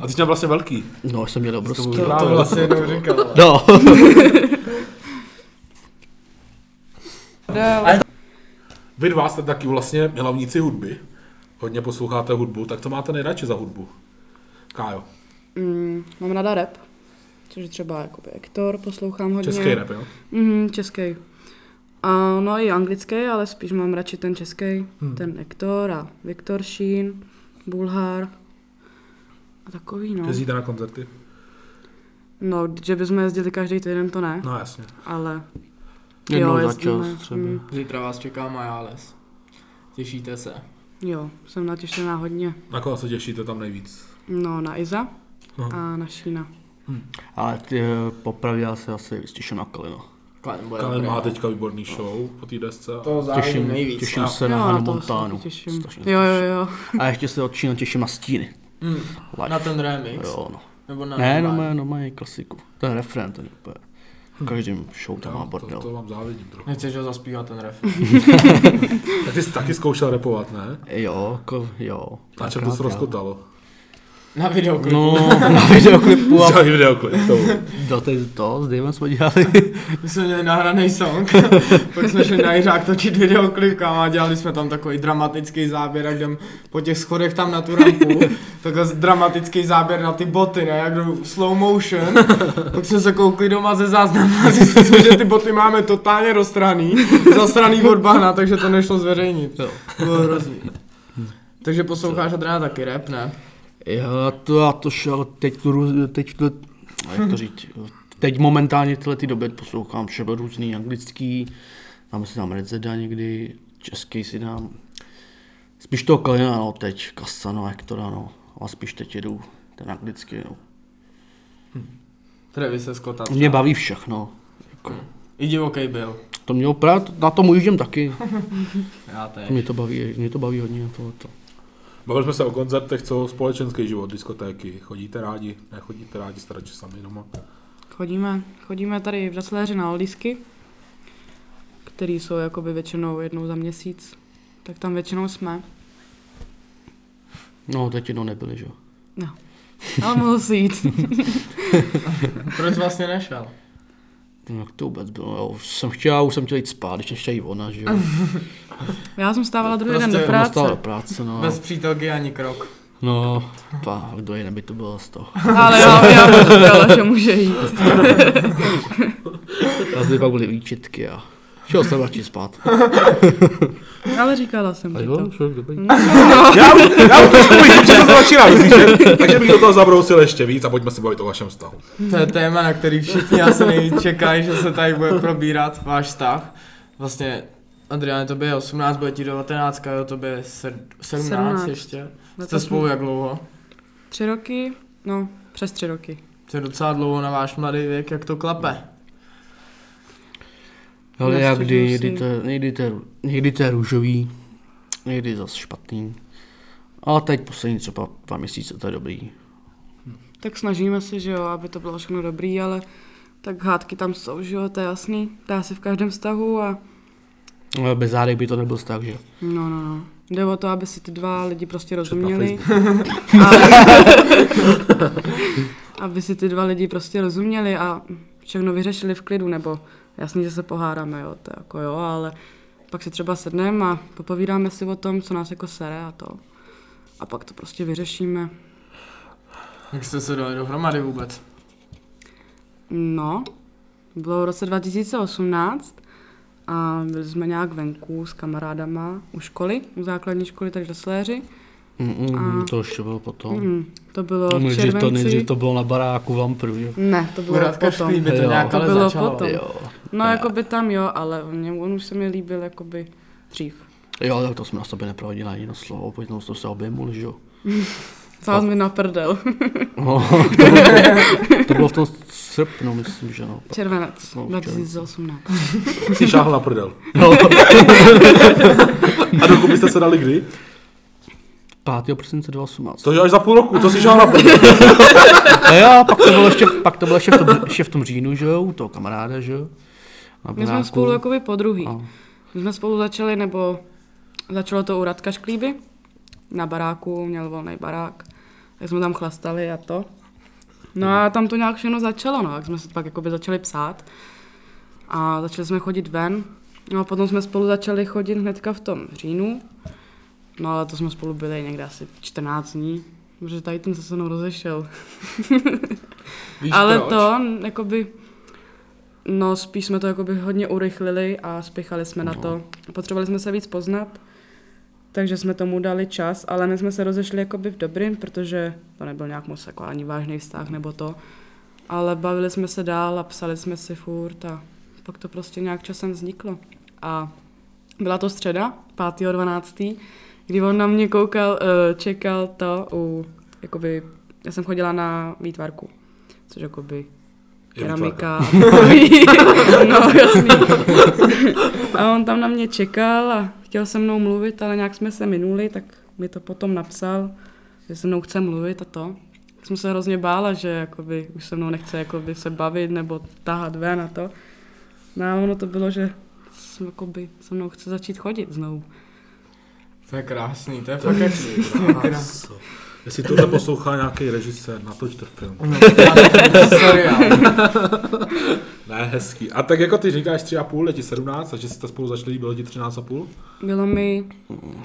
[SPEAKER 1] A ty jsi měl vlastně velký.
[SPEAKER 3] No, jsem měl obrovský.
[SPEAKER 2] To, to vlastně jednou říkal.
[SPEAKER 3] No.
[SPEAKER 4] Dále.
[SPEAKER 1] Vy dva jste taky vlastně milovníci hudby. Hodně posloucháte hudbu, tak to máte nejradši za hudbu. Kájo,
[SPEAKER 4] Mm, mám ráda rap. Což je třeba jakoby Hector, poslouchám hodně.
[SPEAKER 1] český rap, jo?
[SPEAKER 4] Mhm, český. A no i anglický, ale spíš mám radši ten český. Hmm. Ten Hector a Viktor Šín, Bulhar. A takový no.
[SPEAKER 1] Jezdíte na koncerty?
[SPEAKER 4] No, že bychom jezdili každý týden, to ne,
[SPEAKER 1] No jasně.
[SPEAKER 4] ale
[SPEAKER 3] Jednou
[SPEAKER 4] jo,
[SPEAKER 3] za
[SPEAKER 4] jezdíme.
[SPEAKER 3] čas třeba.
[SPEAKER 4] Mm,
[SPEAKER 2] Zítra vás čeká Majales. Těšíte se.
[SPEAKER 4] jo, jsem natěšená hodně.
[SPEAKER 1] Na koho se těšíte tam nejvíc?
[SPEAKER 4] No, na Iza
[SPEAKER 1] Aha.
[SPEAKER 4] a na Šína.
[SPEAKER 3] Ale ty eh, popravy já se asi vystěším na no. Kalino.
[SPEAKER 2] Kalin bude
[SPEAKER 1] Kalen
[SPEAKER 2] dobrý.
[SPEAKER 1] má teďka výborný show po té desce. a-
[SPEAKER 2] To závidím
[SPEAKER 3] Těším,
[SPEAKER 2] nejvíc.
[SPEAKER 3] těším
[SPEAKER 2] no.
[SPEAKER 3] se
[SPEAKER 4] jo,
[SPEAKER 3] na Hanu
[SPEAKER 4] toho se taky
[SPEAKER 3] Montánu.
[SPEAKER 4] těším.
[SPEAKER 3] Strašně se
[SPEAKER 4] Jo, jo,
[SPEAKER 3] těším.
[SPEAKER 4] jo.
[SPEAKER 3] A ještě se od Čína těším na Stíny.
[SPEAKER 2] Mm,
[SPEAKER 3] Live.
[SPEAKER 2] na ten remix.
[SPEAKER 3] Jo, no.
[SPEAKER 2] Nebo na
[SPEAKER 3] Ne, no
[SPEAKER 2] normální.
[SPEAKER 3] má, no má je klasiku. To je refrén, to je úplně. V každém show tam má
[SPEAKER 1] Tam, to,
[SPEAKER 3] bordel.
[SPEAKER 1] to vám závidím trochu.
[SPEAKER 2] Nechceš ho zaspívat ten refren.
[SPEAKER 1] Tak ty jsi taky zkoušel repovat, ne?
[SPEAKER 3] Jo, jako, jo.
[SPEAKER 1] Na čem to
[SPEAKER 3] Párkrát,
[SPEAKER 1] se
[SPEAKER 3] jo.
[SPEAKER 1] rozkotalo?
[SPEAKER 2] [laughs] Na videoklipu.
[SPEAKER 3] [laughs] No, na videoklipu a
[SPEAKER 1] Udělali videoklip. k tomu.
[SPEAKER 3] do té to s Davem jsme dělali.
[SPEAKER 2] My jsme měli nahraný song, pak jsme šli na Jiřák točit videoklip a dělali jsme tam takový dramatický záběr, jak jdem po těch schodech tam na tu rampu, takhle dramatický záběr na ty boty, ne, jak jdou slow motion, pak jsme se koukli doma ze záznamu a zjistili jsme, že ty boty máme totálně roztraný, zasraný od bahna, takže to nešlo zveřejnit.
[SPEAKER 3] Jo.
[SPEAKER 2] Bylo hrozný. Takže posloucháš Adriana taky rap, ne?
[SPEAKER 3] Já to, já to šel teď, tu růz- teď, tu, jak to říct, jo. teď momentálně v tyhle ty doby poslouchám třeba různý anglický, tam si dám Redzeda někdy, český si dám, spíš toho Kalina, no, teď Kasa, no, jak to dá, no, a spíš teď jedu ten anglický, no.
[SPEAKER 2] Travis se Scotta.
[SPEAKER 3] Mě baví všechno, jako,
[SPEAKER 2] I divoký byl.
[SPEAKER 3] to mě opravdu, na tom ujíždím taky,
[SPEAKER 2] Já teď.
[SPEAKER 3] mě to baví, mě to baví hodně tohleto.
[SPEAKER 1] Bavili jsme se o koncertech, co společenský život, diskotéky. Chodíte rádi, nechodíte rádi, staráte sami doma.
[SPEAKER 4] Chodíme, chodíme tady v Žasléři na Oldisky, který jsou jakoby většinou jednou za měsíc. Tak tam většinou jsme.
[SPEAKER 3] No, teď jednou nebyli, že jo.
[SPEAKER 4] No. Ale mohl si jít.
[SPEAKER 2] Proč vlastně nešel?
[SPEAKER 3] No, Jak to vůbec bylo, jo, už jsem chtěl, už jsem chtěl jít spát, když ještě jí ona, že jo.
[SPEAKER 4] Já jsem stávala druhý
[SPEAKER 2] Prostě
[SPEAKER 4] den do
[SPEAKER 2] jenom
[SPEAKER 4] Hm, práce.
[SPEAKER 3] Dostala do práce, no.
[SPEAKER 2] Bez přítelky ani krok.
[SPEAKER 3] No, pa, kdo jiný by to bylo z toho.
[SPEAKER 4] Ale já, já mu říkala, že
[SPEAKER 2] [laughs]
[SPEAKER 4] může jít.
[SPEAKER 3] A zde pak byly výčitky a šel jsem radši spát.
[SPEAKER 4] Ale říkala jsem ti to. No,
[SPEAKER 3] člověk dobrý.
[SPEAKER 1] Já, já už trošku vidím, že se to začíná vyslyšet, takže bych do toho zabrousil ještě víc a pojďme se bavit o vašem vztahu.
[SPEAKER 2] To je téma, na který všichni asi nejvíc čekají, že se tady bude probírat váš vztah. Vlastně, Adriane, to je 18, bude ti 19, jo, to je 17, 17
[SPEAKER 4] Sedmnáct.
[SPEAKER 2] ještě. Jste
[SPEAKER 4] Letos
[SPEAKER 2] spolu jak dlouho?
[SPEAKER 4] no, Tři roky, no přes tři roky.
[SPEAKER 2] To je docela dlouho na váš mladý věk, jak to klape.
[SPEAKER 3] Ale já kdy,
[SPEAKER 4] Nestěžuju
[SPEAKER 3] někdy
[SPEAKER 4] si.
[SPEAKER 3] to, je- někdy, to je, rů- někdy to je růžový, někdy zase špatný. Ale teď poslední třeba dva měsíce, to je dobrý.
[SPEAKER 4] Tak snažíme se, že jo, aby to bylo všechno dobrý, ale tak hádky tam jsou, že jo, to je jasný. Dá se v každém vztahu a
[SPEAKER 3] Ale No, bez zádech by to nebyl tak, že?
[SPEAKER 4] no, no, no. Jde o to, aby si ty dva lidi prostě
[SPEAKER 1] na
[SPEAKER 4] rozuměli. A, [laughs] aby si ty dva lidi prostě rozuměli a všechno vyřešili v klidu, nebo jasný, že se pohádáme, jo, to jako jo, ale pak si třeba sedneme a popovídáme si o tom, co nás jako sere a to. A pak to prostě vyřešíme.
[SPEAKER 2] Jak jste se dali dohromady vůbec?
[SPEAKER 4] No, bylo v roce 2018 a byli jsme nějak venku s kamarádama u školy, u základní školy, takže do Sléři.
[SPEAKER 3] Mm-mm,
[SPEAKER 4] A-
[SPEAKER 3] Mm, to ještě bylo potom.
[SPEAKER 4] Mm, to bylo v
[SPEAKER 3] Nejdřív to,
[SPEAKER 4] červenci.
[SPEAKER 3] nejdřív to bylo na baráku vám první.
[SPEAKER 4] Ne, to bylo
[SPEAKER 2] Kurátka
[SPEAKER 4] potom.
[SPEAKER 2] šklí by to
[SPEAKER 3] Jo.
[SPEAKER 2] nějak
[SPEAKER 4] To
[SPEAKER 2] ale
[SPEAKER 4] bylo
[SPEAKER 2] začalo.
[SPEAKER 4] potom.
[SPEAKER 3] Jo.
[SPEAKER 4] No, jako by tam jo, ale on, mě- on už se mi líbil jakoby dřív.
[SPEAKER 3] jo, tak to jsme na sobě neprohodili ani jedno slovo, pojďme jsme se objemuli, že jo.
[SPEAKER 4] Sál mi na prdel. [laughs]
[SPEAKER 3] No, [laughs] to bylo v tom srpnu, myslím, že no.
[SPEAKER 4] Červenec
[SPEAKER 3] No, v
[SPEAKER 4] 2018.
[SPEAKER 1] Si šáhl na prdel.
[SPEAKER 3] no.
[SPEAKER 1] A dokupy jste se dali kdy?
[SPEAKER 3] 5. prosince 2018.
[SPEAKER 1] To je až za půl roku, to si šáhl na prdel.
[SPEAKER 3] A jo, pak to bylo ještě, pak to bylo ještě, v, tom, ještě v tom říjnu, že jo, u toho kamaráda, že jo. Na
[SPEAKER 4] My jsme
[SPEAKER 3] baráku.
[SPEAKER 4] spolu jako- jakoby po druhý.
[SPEAKER 3] A-
[SPEAKER 4] My jsme spolu začali, nebo začalo to u Radka Šklíby na baráku, měl volný barák, tak jsme tam chlastali a to. No a tam to nějak všechno začalo, no, jak jsme se pak jakoby začali psát a začali jsme chodit ven. No a potom jsme spolu začali chodit hnedka v tom říjnu, no ale to jsme spolu byli někde asi 14 dní, protože tady ten se se mnou rozešel.
[SPEAKER 2] Víš
[SPEAKER 4] Ale
[SPEAKER 2] proč?
[SPEAKER 4] to, n- jakoby, no spíš jsme to jakoby hodně urychlili a spěchali jsme no. na to. Potřebovali jsme se víc poznat, takže jsme tomu dali čas, ale my jsme se rozešli jakoby v dobrým, protože to nebyl nějak moc jako ani vážný vztah nebo to. Ale bavili jsme se dál a psali jsme si furt a pak to prostě nějak časem vzniklo. A byla to středa, 5.12., kdy on na mě koukal, eh, čekal to u, jakoby, já jsem chodila na výtvarku, což jakoby
[SPEAKER 1] Je
[SPEAKER 4] keramika. a takový. [laughs] no, jasný. A on tam na mě čekal a chtěl se mnou mluvit, ale nějak jsme se minuli, tak mi to potom napsal, že se mnou chce mluvit a to. Tak jsem se hrozně bála, že jakoby už se mnou nechce jakoby se bavit nebo tahat ven a to. No a ono to bylo, že jsem, jakoby, se mnou chce začít chodit znovu.
[SPEAKER 2] To je krásný, to je fakt jak...
[SPEAKER 1] Kráso. Jestli tohle poslouchá nějaký režisér, natočte film.
[SPEAKER 2] Sorry, ale...
[SPEAKER 1] Ne, hezký. A tak jako ty říkáš tři a půl, je ti 17, a že jste spolu začali, bylo ti 13 a půl?
[SPEAKER 4] Bylo mi,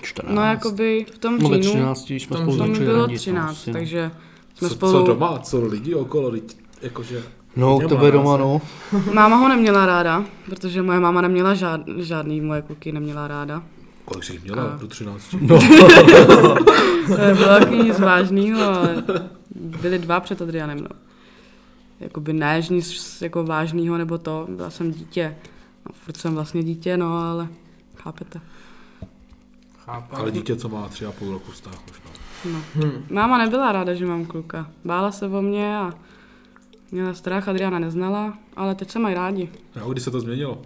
[SPEAKER 3] 14.
[SPEAKER 4] no jakoby v tom
[SPEAKER 3] No ve
[SPEAKER 4] říjnu,
[SPEAKER 3] 13 jsme
[SPEAKER 2] Tam
[SPEAKER 3] spolu
[SPEAKER 4] to mi
[SPEAKER 3] začali
[SPEAKER 4] bylo
[SPEAKER 3] randit, no,
[SPEAKER 4] 13,
[SPEAKER 3] asi, no.
[SPEAKER 4] takže jsme
[SPEAKER 1] Co,
[SPEAKER 4] spolu...
[SPEAKER 1] co doma, co lidi okolo, lidi, jakože...
[SPEAKER 3] No,
[SPEAKER 1] Doma,
[SPEAKER 3] k tebe doma,
[SPEAKER 1] asi.
[SPEAKER 3] no.
[SPEAKER 4] Máma ho neměla ráda, protože moje máma neměla žád, žádný moje kluky neměla ráda.
[SPEAKER 1] Kolik jsi jich měla? Do 13.
[SPEAKER 4] To bylo taky nic vážného, ale byly dva před Adrianem, no. Jakoby ne, že nic jako vážného nebo to, byla jsem dítě. No, furt jsem vlastně dítě, no, ale chápete.
[SPEAKER 2] Chápu.
[SPEAKER 1] Ale dítě, co má tři a půl roku vztah už. No.
[SPEAKER 4] No. Máma nebyla ráda, že mám kluka. Bála se o mě a měla strach, Adriana neznala, ale teď se mají rádi.
[SPEAKER 1] Jo, kdy se to změnilo?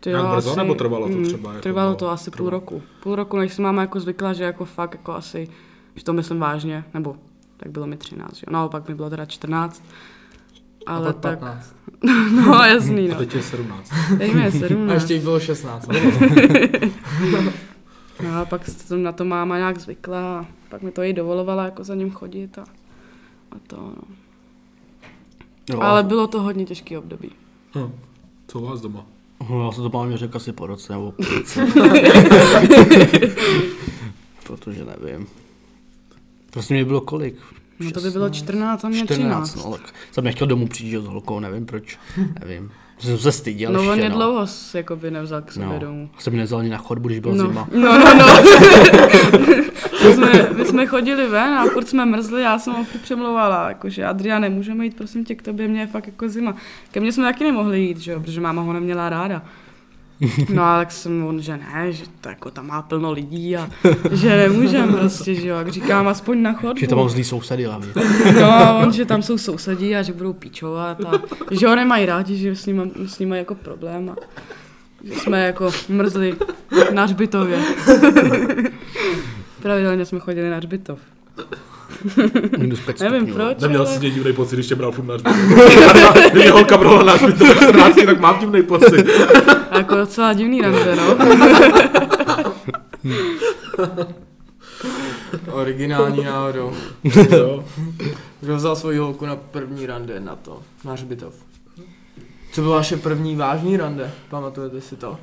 [SPEAKER 4] Ty
[SPEAKER 1] Jak
[SPEAKER 4] jo,
[SPEAKER 1] brzo,
[SPEAKER 4] asi-
[SPEAKER 1] nebo trvalo to
[SPEAKER 4] mm,
[SPEAKER 1] třeba jako
[SPEAKER 4] trvalo
[SPEAKER 1] dlouho?
[SPEAKER 4] to asi
[SPEAKER 1] Trvalo.
[SPEAKER 4] půl roku. Půl roku, než si máma jako zvykla, že jako fakt jako asi, že to myslím vážně, nebo tak bylo mi 13, že jo. Naopak mi bylo teda 14. Ale tak, [laughs] no jasný,
[SPEAKER 1] A [laughs]
[SPEAKER 4] no.
[SPEAKER 1] teď je 17.
[SPEAKER 4] Teď mi je
[SPEAKER 2] A
[SPEAKER 4] 17.
[SPEAKER 2] ještě jich bylo 16.
[SPEAKER 4] No a pak jsem na to máma nějak zvykla a pak mi to i dovolovala jako za ním chodit a, a to, no.
[SPEAKER 3] Jo,
[SPEAKER 4] Ale bylo to hodně těžký období.
[SPEAKER 1] No. Co u vás doma?
[SPEAKER 3] no, já jsem to pámě řekl asi po roce nebo po roce.
[SPEAKER 4] [laughs]
[SPEAKER 3] Protože nevím. Prostě mě bylo kolik?
[SPEAKER 4] No to by bylo 14 a mě
[SPEAKER 3] 14,
[SPEAKER 4] 13.
[SPEAKER 3] no, tak jsem nechtěl domů přijít že jo, s holkou, nevím
[SPEAKER 4] [laughs]
[SPEAKER 3] proč, nevím. Jsem se styděl
[SPEAKER 4] No on
[SPEAKER 3] ještě,
[SPEAKER 4] mě dlouho s- jakoby nevzal k sobě
[SPEAKER 3] no.
[SPEAKER 4] domů.
[SPEAKER 3] no. Jsem mě nezal ani na chodbu, když byla
[SPEAKER 4] no.
[SPEAKER 3] zima.
[SPEAKER 4] No, no, no. my, jsme, my jsme chodili ven a furt jsme mrzli, já jsem ho furt přemlouvala, jakože Adriane, můžeme jít prosím tě k tobě, mě je fakt jako zima. Ke mně jsme taky nemohli jít, že jo, protože máma ho neměla ráda. No a tak jsem on, že ne, že to jako tam má plno lidí a že nemůžem prostě, že jo, jak říkám, aspoň na chodbu.
[SPEAKER 3] Že tam mám zlý sousedy
[SPEAKER 4] [laughs]
[SPEAKER 3] hlavně.
[SPEAKER 4] No a on, že tam jsou sousedí a že budou píčovat a že ho nemají rádi, že s ním, s ním mají jako problém a že jsme jako mrzli na hřbitově. Pravidelně jsme chodili na hřbitov.
[SPEAKER 3] Minus 5
[SPEAKER 4] Nevím
[SPEAKER 3] stupňů, no.
[SPEAKER 4] proč,
[SPEAKER 1] Neměl
[SPEAKER 4] ale...
[SPEAKER 1] jsi divný pocit, když tě bral furt na hřbitov. [laughs] Kdyby holka brala na hřbitov v 14, tak mám divný pocit.
[SPEAKER 4] A jako docela divný rande, no.
[SPEAKER 2] Originální náhodou.
[SPEAKER 1] Jo.
[SPEAKER 2] Kdo vzal svoji holku na první rande na to? Na hřbitov. Co bylo vaše první vážný rande? Pamatujete si to?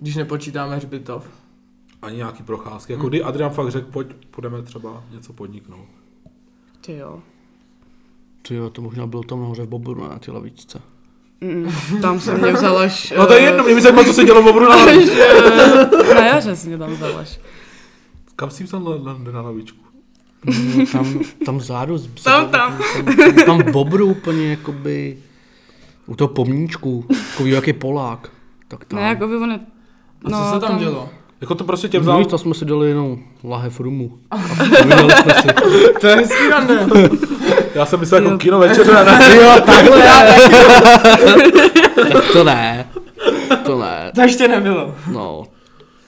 [SPEAKER 2] Když nepočítáme hřbitov.
[SPEAKER 1] Ani nějaký procházky. Jako kdy Adrian fakt řekl, pojď, půjdeme třeba něco podniknout.
[SPEAKER 4] Ty jo.
[SPEAKER 3] Ty jo, to možná bylo tam nahoře v Bobru ne, na té
[SPEAKER 4] [laughs]
[SPEAKER 3] lavičce.
[SPEAKER 4] Mm, Tam se mě vzal až...
[SPEAKER 1] No to je jedno, mě by zajímalo, co se dělo v obru na lavičku.
[SPEAKER 4] Až, eh, na jaře jsi mě tam vzal až.
[SPEAKER 1] Kam jsi vzal na, na, na lavičku?
[SPEAKER 3] No, tam, tam vzadu. Z,
[SPEAKER 4] Tam, tam.
[SPEAKER 3] tam, tam v Bobru úplně jakoby u toho pomníčku, takový jak je Polák. Tak tam.
[SPEAKER 4] Ne, jako by on... je- no,
[SPEAKER 2] A co se tam, dělo?
[SPEAKER 1] Jako to prostě tě
[SPEAKER 3] Vzal...
[SPEAKER 1] vzal.
[SPEAKER 3] Víš, to jsme si dali jenom lahev rumu. A vydali jsme si.
[SPEAKER 2] To je hezký rande.
[SPEAKER 1] Já jsem myslel jako
[SPEAKER 4] Jo.
[SPEAKER 1] kino večeře na [laughs]
[SPEAKER 3] Jo, takhle. tak to ne. To ne.
[SPEAKER 2] To ještě nebylo.
[SPEAKER 3] No,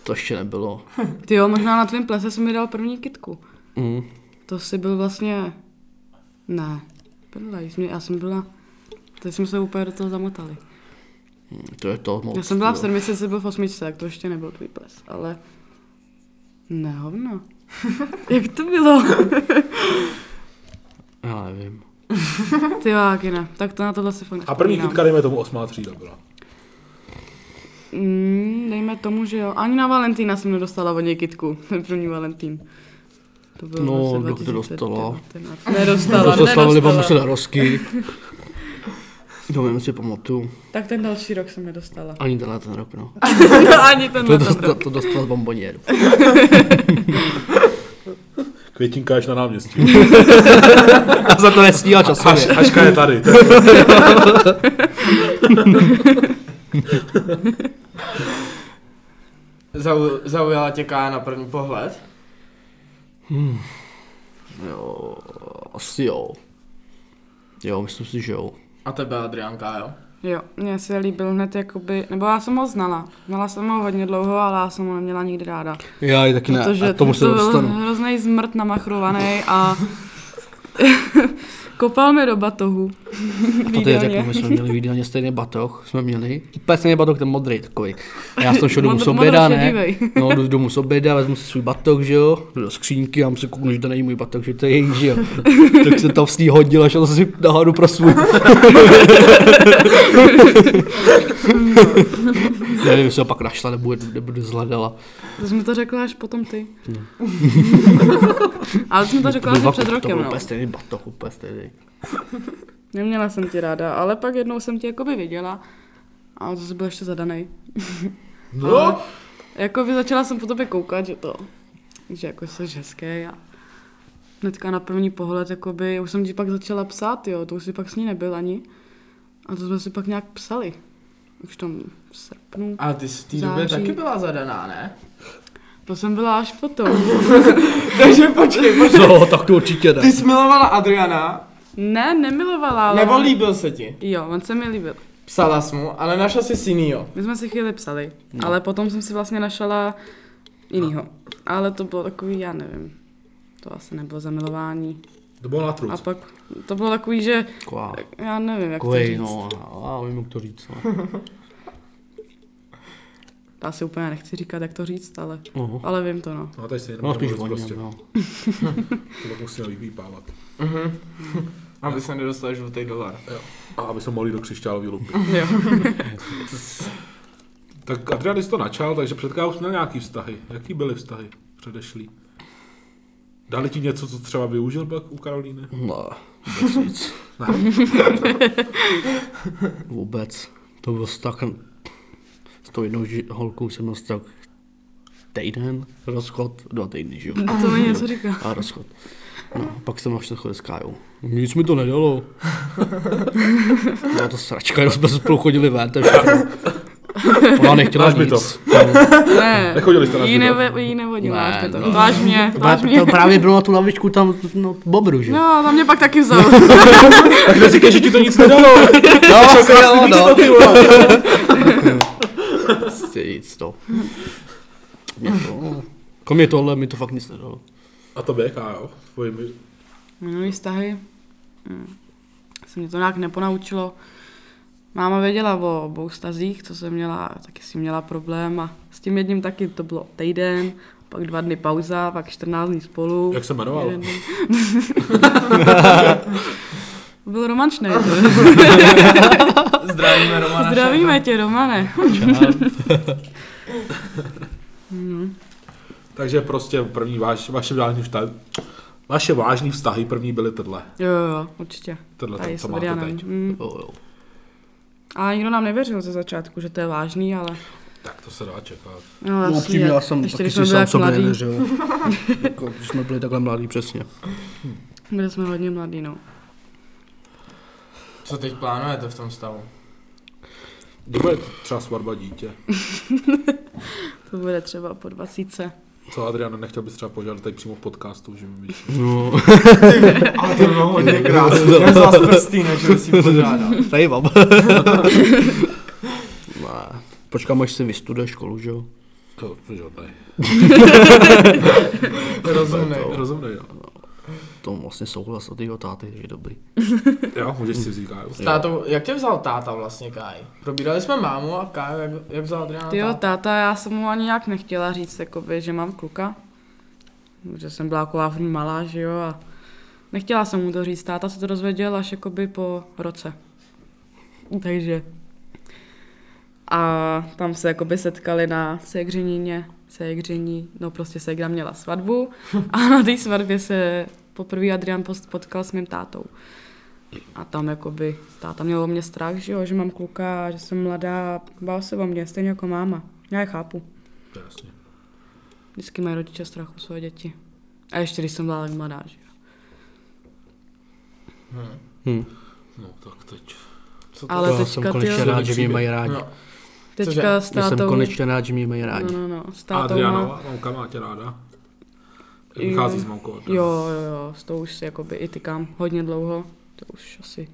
[SPEAKER 3] to ještě nebylo.
[SPEAKER 4] Ty jo, možná na tvém plese jsem mi dal první kitku.
[SPEAKER 3] Mm.
[SPEAKER 4] To jsi byl vlastně... Ne. Prdla, jsi mě- já jsem byla... Teď jsme se úplně do toho zamotali.
[SPEAKER 3] To je to moc.
[SPEAKER 4] Já jsem byla v
[SPEAKER 3] jo.
[SPEAKER 4] sedmice, jsi byl v osmičce, tak to ještě nebyl tvůj ples, ale... Ne, hovno. [laughs] Jak to bylo?
[SPEAKER 3] Já nevím.
[SPEAKER 4] Ty váky ne, tak to na tohle si fakt
[SPEAKER 1] A první
[SPEAKER 4] nevzpomínám.
[SPEAKER 1] kytka, dejme tomu, osmá třída byla.
[SPEAKER 4] Mm, dejme tomu, že jo. Ani na Valentína jsem nedostala od něj kytku. [laughs] Ten první Valentín. To bylo
[SPEAKER 3] No,
[SPEAKER 4] v roce
[SPEAKER 3] kdo to dostala?
[SPEAKER 4] 2019. Nedostala,
[SPEAKER 3] To se slavili
[SPEAKER 4] nedostala.
[SPEAKER 3] babuše na rozky. To vím si pamatuju.
[SPEAKER 4] Tak ten další rok jsem nedostala.
[SPEAKER 3] Ani tenhle ten rok, no.
[SPEAKER 4] [laughs] Ani ten
[SPEAKER 3] To,
[SPEAKER 4] rok.
[SPEAKER 3] dostal, to dostal z bomboněru.
[SPEAKER 1] Květinka až na náměstí.
[SPEAKER 3] A za to nestíhal
[SPEAKER 1] Až,
[SPEAKER 3] časově.
[SPEAKER 1] ažka je [laughs] tady.
[SPEAKER 2] Zau, zaujala tě Kája na první pohled?
[SPEAKER 3] Jo, asi jo. Jo, myslím si, že jo.
[SPEAKER 2] A tebe Adrián Kájo?
[SPEAKER 4] Jo, mně se líbil hned jakoby, nebo já jsem ho znala. Znala jsem ho hodně dlouho, ale já jsem ho neměla nikdy ráda.
[SPEAKER 3] Já i taky
[SPEAKER 4] protože to byl hrozný zmrt namachrovaný a [laughs] kopal mi do batohu.
[SPEAKER 3] A to teď řeknu, my jsme měli výdelně stejný batoh, jsme měli úplně stejný batoh, ten modrý takový. A já jsem šel domů
[SPEAKER 4] Modr-
[SPEAKER 3] z oběda, ne?
[SPEAKER 4] modrošedivej.
[SPEAKER 3] No, jdu domů z oběda, vezmu si svůj batoh, že jo, jdu do skřínky, tam si kouknu, že to není můj batoh, že to je jejich, že
[SPEAKER 4] [laughs]
[SPEAKER 3] jo. tak jsem tam s ní hodil a šel jsem si nahoru pro svůj. Nevím, jestli ho pak našla nebo, nebo zhledala.
[SPEAKER 4] To jsi mi to řekla až potom ty. [laughs] ale jsi mi to řekla asi
[SPEAKER 3] Dva-
[SPEAKER 4] před
[SPEAKER 3] No. to byl
[SPEAKER 4] rokem, no.
[SPEAKER 3] úplně stejný batoh, úplně stejný.
[SPEAKER 4] Neměla jsem ti ráda, ale pak jednou jsem tě jakoby viděla. A to jsi byl ještě zadanej.
[SPEAKER 1] No,
[SPEAKER 4] Jako by začala jsem po tobě koukat, že to, že jako jsi hezký a hnedka na první pohled, jakoby, už jsem ti pak začala psát, jo, to už si pak s ní nebyl ani. A to jsme si pak nějak psali. Už tam v srpnu.
[SPEAKER 2] A ty jsi v té době
[SPEAKER 4] Září.
[SPEAKER 2] taky byla zadaná, ne?
[SPEAKER 4] To jsem byla až potom. Takže počkej,
[SPEAKER 3] [laughs]
[SPEAKER 4] počkej.
[SPEAKER 3] [laughs] No, tak to určitě ne.
[SPEAKER 2] Ty jsi milovala Adriana,
[SPEAKER 4] Ne, nemilovala, ale...
[SPEAKER 2] nebo líbil se ti?
[SPEAKER 4] Jo, on se mi líbil.
[SPEAKER 2] Psala jsi mu, ale našla jsi sinýho.
[SPEAKER 4] My jsme si chvíli psali, no. ale potom jsem si vlastně našla jinýho. Ale to bylo takový, já nevím, to asi nebylo zamilování.
[SPEAKER 1] To bylo na truc.
[SPEAKER 4] A pak to bylo takový, že
[SPEAKER 3] Taková,
[SPEAKER 4] já nevím, jak to
[SPEAKER 3] takovej,
[SPEAKER 4] říct.
[SPEAKER 3] no, já vím, jak to říct. No.
[SPEAKER 4] Já si úplně nechci říkat, jak to říct, ale,
[SPEAKER 3] Aha.
[SPEAKER 4] ale vím to, no.
[SPEAKER 1] No, tady se jenom
[SPEAKER 3] No, spíš
[SPEAKER 1] nemluvit
[SPEAKER 3] o
[SPEAKER 1] prostě.
[SPEAKER 3] něm, no.
[SPEAKER 1] To pak musíme vypípávat.
[SPEAKER 2] Mhm. [laughs] Aby se nedostal žlutý dolar.
[SPEAKER 1] A aby jsme mohli do křišťálový lupy.
[SPEAKER 4] [laughs] Jo.
[SPEAKER 1] [laughs] Tak Adrian, jsi to načal, takže předká už měl nějaký vztahy. Jaký byly vztahy předešlý? Dali ti něco, co třeba využil pak u Karolíny?
[SPEAKER 3] [laughs] No, vůbec nic.
[SPEAKER 1] Ne.
[SPEAKER 3] [laughs] Vůbec. To byl tak... S tou jednou ži- holkou jsem měl tak týden, rozchod, dva týdny, že jo.
[SPEAKER 4] A to mi něco říká.
[SPEAKER 3] A rozchod. No, a pak jsem až chodil s Kájou. Nic mi to nedalo. Byla to sračka, jenom jsme spolu chodili ven, to je všechno. Ona nechtěla
[SPEAKER 1] Náš
[SPEAKER 3] nic.
[SPEAKER 1] bytov.
[SPEAKER 3] No.
[SPEAKER 4] [laughs] Ne,
[SPEAKER 1] Nechodili jste na
[SPEAKER 4] jí,
[SPEAKER 1] hřbitov?
[SPEAKER 4] neve, jí nevodila
[SPEAKER 3] Ne,
[SPEAKER 4] až to.
[SPEAKER 3] no.
[SPEAKER 4] To až mě, to až
[SPEAKER 3] Právě-
[SPEAKER 4] mě.
[SPEAKER 3] To právě bylo na tu lavičku tam, no, Bobru, že?
[SPEAKER 4] [laughs] No, tam mě pak taky vzal.
[SPEAKER 1] Tak neříkej, že ti to nic nedalo.
[SPEAKER 3] no,
[SPEAKER 1] Co jo, no. ty vole.
[SPEAKER 3] Prostě nic, no. Mě to, kromě tohle mi to fakt nic nedalo.
[SPEAKER 1] A to běhá, jo? Tvojimi...
[SPEAKER 4] [laughs] Minulý vztahy. hm, Se mě to nějak neponaučilo. Máma věděla o obou vztazích, co jsem měla, taky si měla problém a s tím jedním taky to bylo týden, pak dva dny pauza, pak 14 dní spolu.
[SPEAKER 1] Jak se jmenoval?
[SPEAKER 4] Jeden den. [laughs] Byl romančný.
[SPEAKER 1] [laughs]
[SPEAKER 4] [laughs]
[SPEAKER 2] Zdravíme Romana.
[SPEAKER 4] Zdravíme tě, Romane. [laughs] Hmm.
[SPEAKER 1] Takže prostě první váš, vaše vážný vztahy, vaše vážný vztahy první byly tohle.
[SPEAKER 4] Jo, jo, jo, určitě.
[SPEAKER 1] Tohle,
[SPEAKER 4] Tady
[SPEAKER 1] ten,
[SPEAKER 4] s
[SPEAKER 1] No, co máte
[SPEAKER 4] Adrianem.
[SPEAKER 1] teď.
[SPEAKER 4] Mm.
[SPEAKER 3] Jo, jo.
[SPEAKER 4] A nikdo nám nevěřil ze začátku, že to je vážný, ale...
[SPEAKER 1] Tak to se dá čekat.
[SPEAKER 4] No,
[SPEAKER 3] No,
[SPEAKER 4] jasně,
[SPEAKER 3] upřímně, já jsem
[SPEAKER 4] ještě,
[SPEAKER 3] taky
[SPEAKER 4] když jsme
[SPEAKER 3] si sám
[SPEAKER 4] byli tak
[SPEAKER 3] sobě
[SPEAKER 4] mladý,
[SPEAKER 3] nevěřil. jako, když jsme byli takhle mladí, přesně.
[SPEAKER 4] byli jsme hodně mladý, no.
[SPEAKER 2] Co teď plánujete v tom stavu?
[SPEAKER 1] Kdy bude třeba svatba dítě?
[SPEAKER 4] To bude třeba po 20.
[SPEAKER 1] Co Adrian, nechtěl bys třeba požádat tady přímo v podcastu, že mi
[SPEAKER 3] No,
[SPEAKER 2] A to bylo hodně krásné. Já jsem vás prstý, než si
[SPEAKER 3] [laughs]
[SPEAKER 2] požádal.
[SPEAKER 3] tady mám. ne. Počkám, až si vystuduje školu, že jo?
[SPEAKER 1] To, to
[SPEAKER 4] [laughs]
[SPEAKER 1] žádný.
[SPEAKER 2] Rozumnej.
[SPEAKER 1] Rozumnej, jo.
[SPEAKER 3] To vlastně souhlas od jeho táty, že je dobrý.
[SPEAKER 1] Jo, můžeš si vzít kájo.
[SPEAKER 2] S tátou, jak tě vzal táta vlastně, Kaj? Probírali jsme mámu a Kaj, jak, jak vzal Adriana
[SPEAKER 4] Ty jo,
[SPEAKER 2] táta?
[SPEAKER 4] táta, já jsem mu ani nějak nechtěla říct, jakoby, že mám kluka. Že jsem byla taková furt malá, že jo, a nechtěla jsem mu to říct. Táta se to dozvěděl až jakoby po roce. Takže. A tam se jakoby setkali na Segřinině, Segřiní, no prostě Segra měla svatbu a na té svatbě se poprvé Adrian post- potkal s mým tátou. A tam jakoby, táta měl o mě strach, že jo, že mám kluka, že jsem mladá, bál se o mě, stejně jako máma. Já je chápu.
[SPEAKER 1] Jasně.
[SPEAKER 4] Vždycky mají rodiče strach o své děti. A ještě, když jsem byla tak mladá, že jo.
[SPEAKER 2] Hm.
[SPEAKER 3] Hm.
[SPEAKER 1] No, tak teď.
[SPEAKER 2] Co to-
[SPEAKER 4] Ale
[SPEAKER 3] Já
[SPEAKER 4] teďka,
[SPEAKER 3] jsem
[SPEAKER 4] tyjo,
[SPEAKER 3] konečně rád, že mě mají rádi.
[SPEAKER 2] No.
[SPEAKER 4] teďka s
[SPEAKER 3] Já jsem
[SPEAKER 4] tátou...
[SPEAKER 3] konečně rád, že mě mají rádi.
[SPEAKER 4] No, no, no, s tátou má...
[SPEAKER 1] Adrianová, mamka má tě ráda. Jak vychází s mamkou? Adrian?
[SPEAKER 4] Jo, jo, jo, s tou už si jakoby i tykám hodně dlouho. To už asi...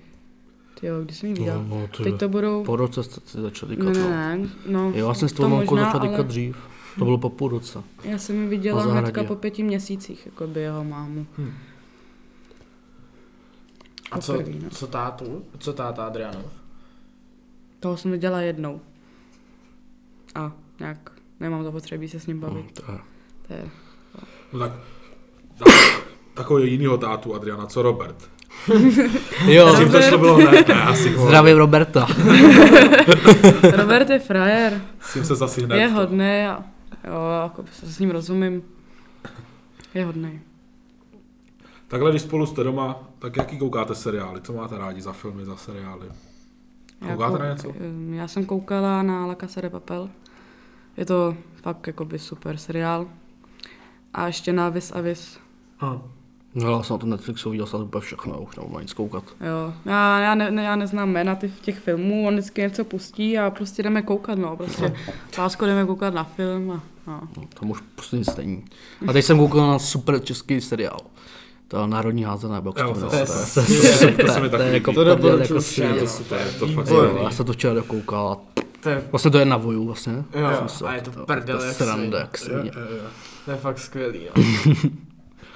[SPEAKER 4] Tyjo, kdy jsem ji viděl?
[SPEAKER 3] no, ty
[SPEAKER 4] Teď to budou...
[SPEAKER 3] Po roce jste si začal
[SPEAKER 4] Ne,
[SPEAKER 3] říkat.
[SPEAKER 4] ne, ne, no,
[SPEAKER 3] Jo, já jsem s
[SPEAKER 4] to
[SPEAKER 3] tvou mamkou
[SPEAKER 4] možná,
[SPEAKER 3] začal
[SPEAKER 4] ale-
[SPEAKER 3] říkat dřív. To bylo po půl roce.
[SPEAKER 4] Já jsem ji viděla
[SPEAKER 3] Na zahradě.
[SPEAKER 4] hnedka po pěti měsících, jakoby jeho mámu.
[SPEAKER 2] A co,
[SPEAKER 4] Poprvý, no.
[SPEAKER 2] co tátu? Co táta Adrianův?
[SPEAKER 4] Toho jsem viděla jednou. A nějak nemám zapotřebí se s ním
[SPEAKER 3] No,
[SPEAKER 4] bavit.
[SPEAKER 3] To je-
[SPEAKER 4] To je...
[SPEAKER 1] No tak, tak takový jinýho tátu Adriana, co Robert?
[SPEAKER 3] Jo,
[SPEAKER 1] S tím to šlo bylo ne, ne asi ho-
[SPEAKER 3] zdravím Roberta.
[SPEAKER 4] Robert je frajer,
[SPEAKER 1] S tím se zase [laughs] hned.
[SPEAKER 4] je
[SPEAKER 1] to-
[SPEAKER 4] hodný a jo, jako se s ním rozumím. Je hodný.
[SPEAKER 1] Takhle, když spolu jste doma, tak jaký koukáte seriály? Co máte rádi za filmy, za
[SPEAKER 4] Jako,
[SPEAKER 1] seriály? Koukáte na něco?
[SPEAKER 4] eh, Já jsem koukala na La Casa de Papel. Je to fakt jakoby super seriál. A ještě na Vis a Vis.
[SPEAKER 5] Aha.
[SPEAKER 3] No, já jsem na tom Netflixu viděl snad úplně všechno, už nebudu na nic koukat.
[SPEAKER 4] Jo. Já, já, ne, ne- já neznám jména ty, těch filmů, on vždycky něco pustí a prostě jdeme koukat, no. Prostě
[SPEAKER 1] [laughs]
[SPEAKER 4] lásko jdeme koukat na film a no.
[SPEAKER 3] No, tam už prostě nic není. A teď jsem koukal na super český seriál. Ta Národní házená nebo jak
[SPEAKER 1] Jo,
[SPEAKER 3] to
[SPEAKER 1] to
[SPEAKER 3] jmenuje.
[SPEAKER 1] je
[SPEAKER 3] To je
[SPEAKER 1] skvělé,
[SPEAKER 3] super,
[SPEAKER 1] to se mi taky
[SPEAKER 3] je
[SPEAKER 1] líbí.
[SPEAKER 3] jako
[SPEAKER 2] To
[SPEAKER 3] prdel,
[SPEAKER 2] doporučuji
[SPEAKER 3] jako
[SPEAKER 2] všem.
[SPEAKER 3] svět.
[SPEAKER 2] Jo.
[SPEAKER 1] To je to fakt
[SPEAKER 2] Výborný.
[SPEAKER 1] skvělý.
[SPEAKER 3] Já jsem to včera dokoukal a
[SPEAKER 2] To je,
[SPEAKER 3] vlastně to je na voju vlastně.
[SPEAKER 2] jo,
[SPEAKER 3] Jsem si-
[SPEAKER 2] a je to
[SPEAKER 3] To
[SPEAKER 2] prdel,
[SPEAKER 3] je
[SPEAKER 2] jak
[SPEAKER 3] sranda,
[SPEAKER 2] svině.
[SPEAKER 3] jak svině.
[SPEAKER 2] To je fakt skvělý,
[SPEAKER 3] [laughs]
[SPEAKER 2] jo.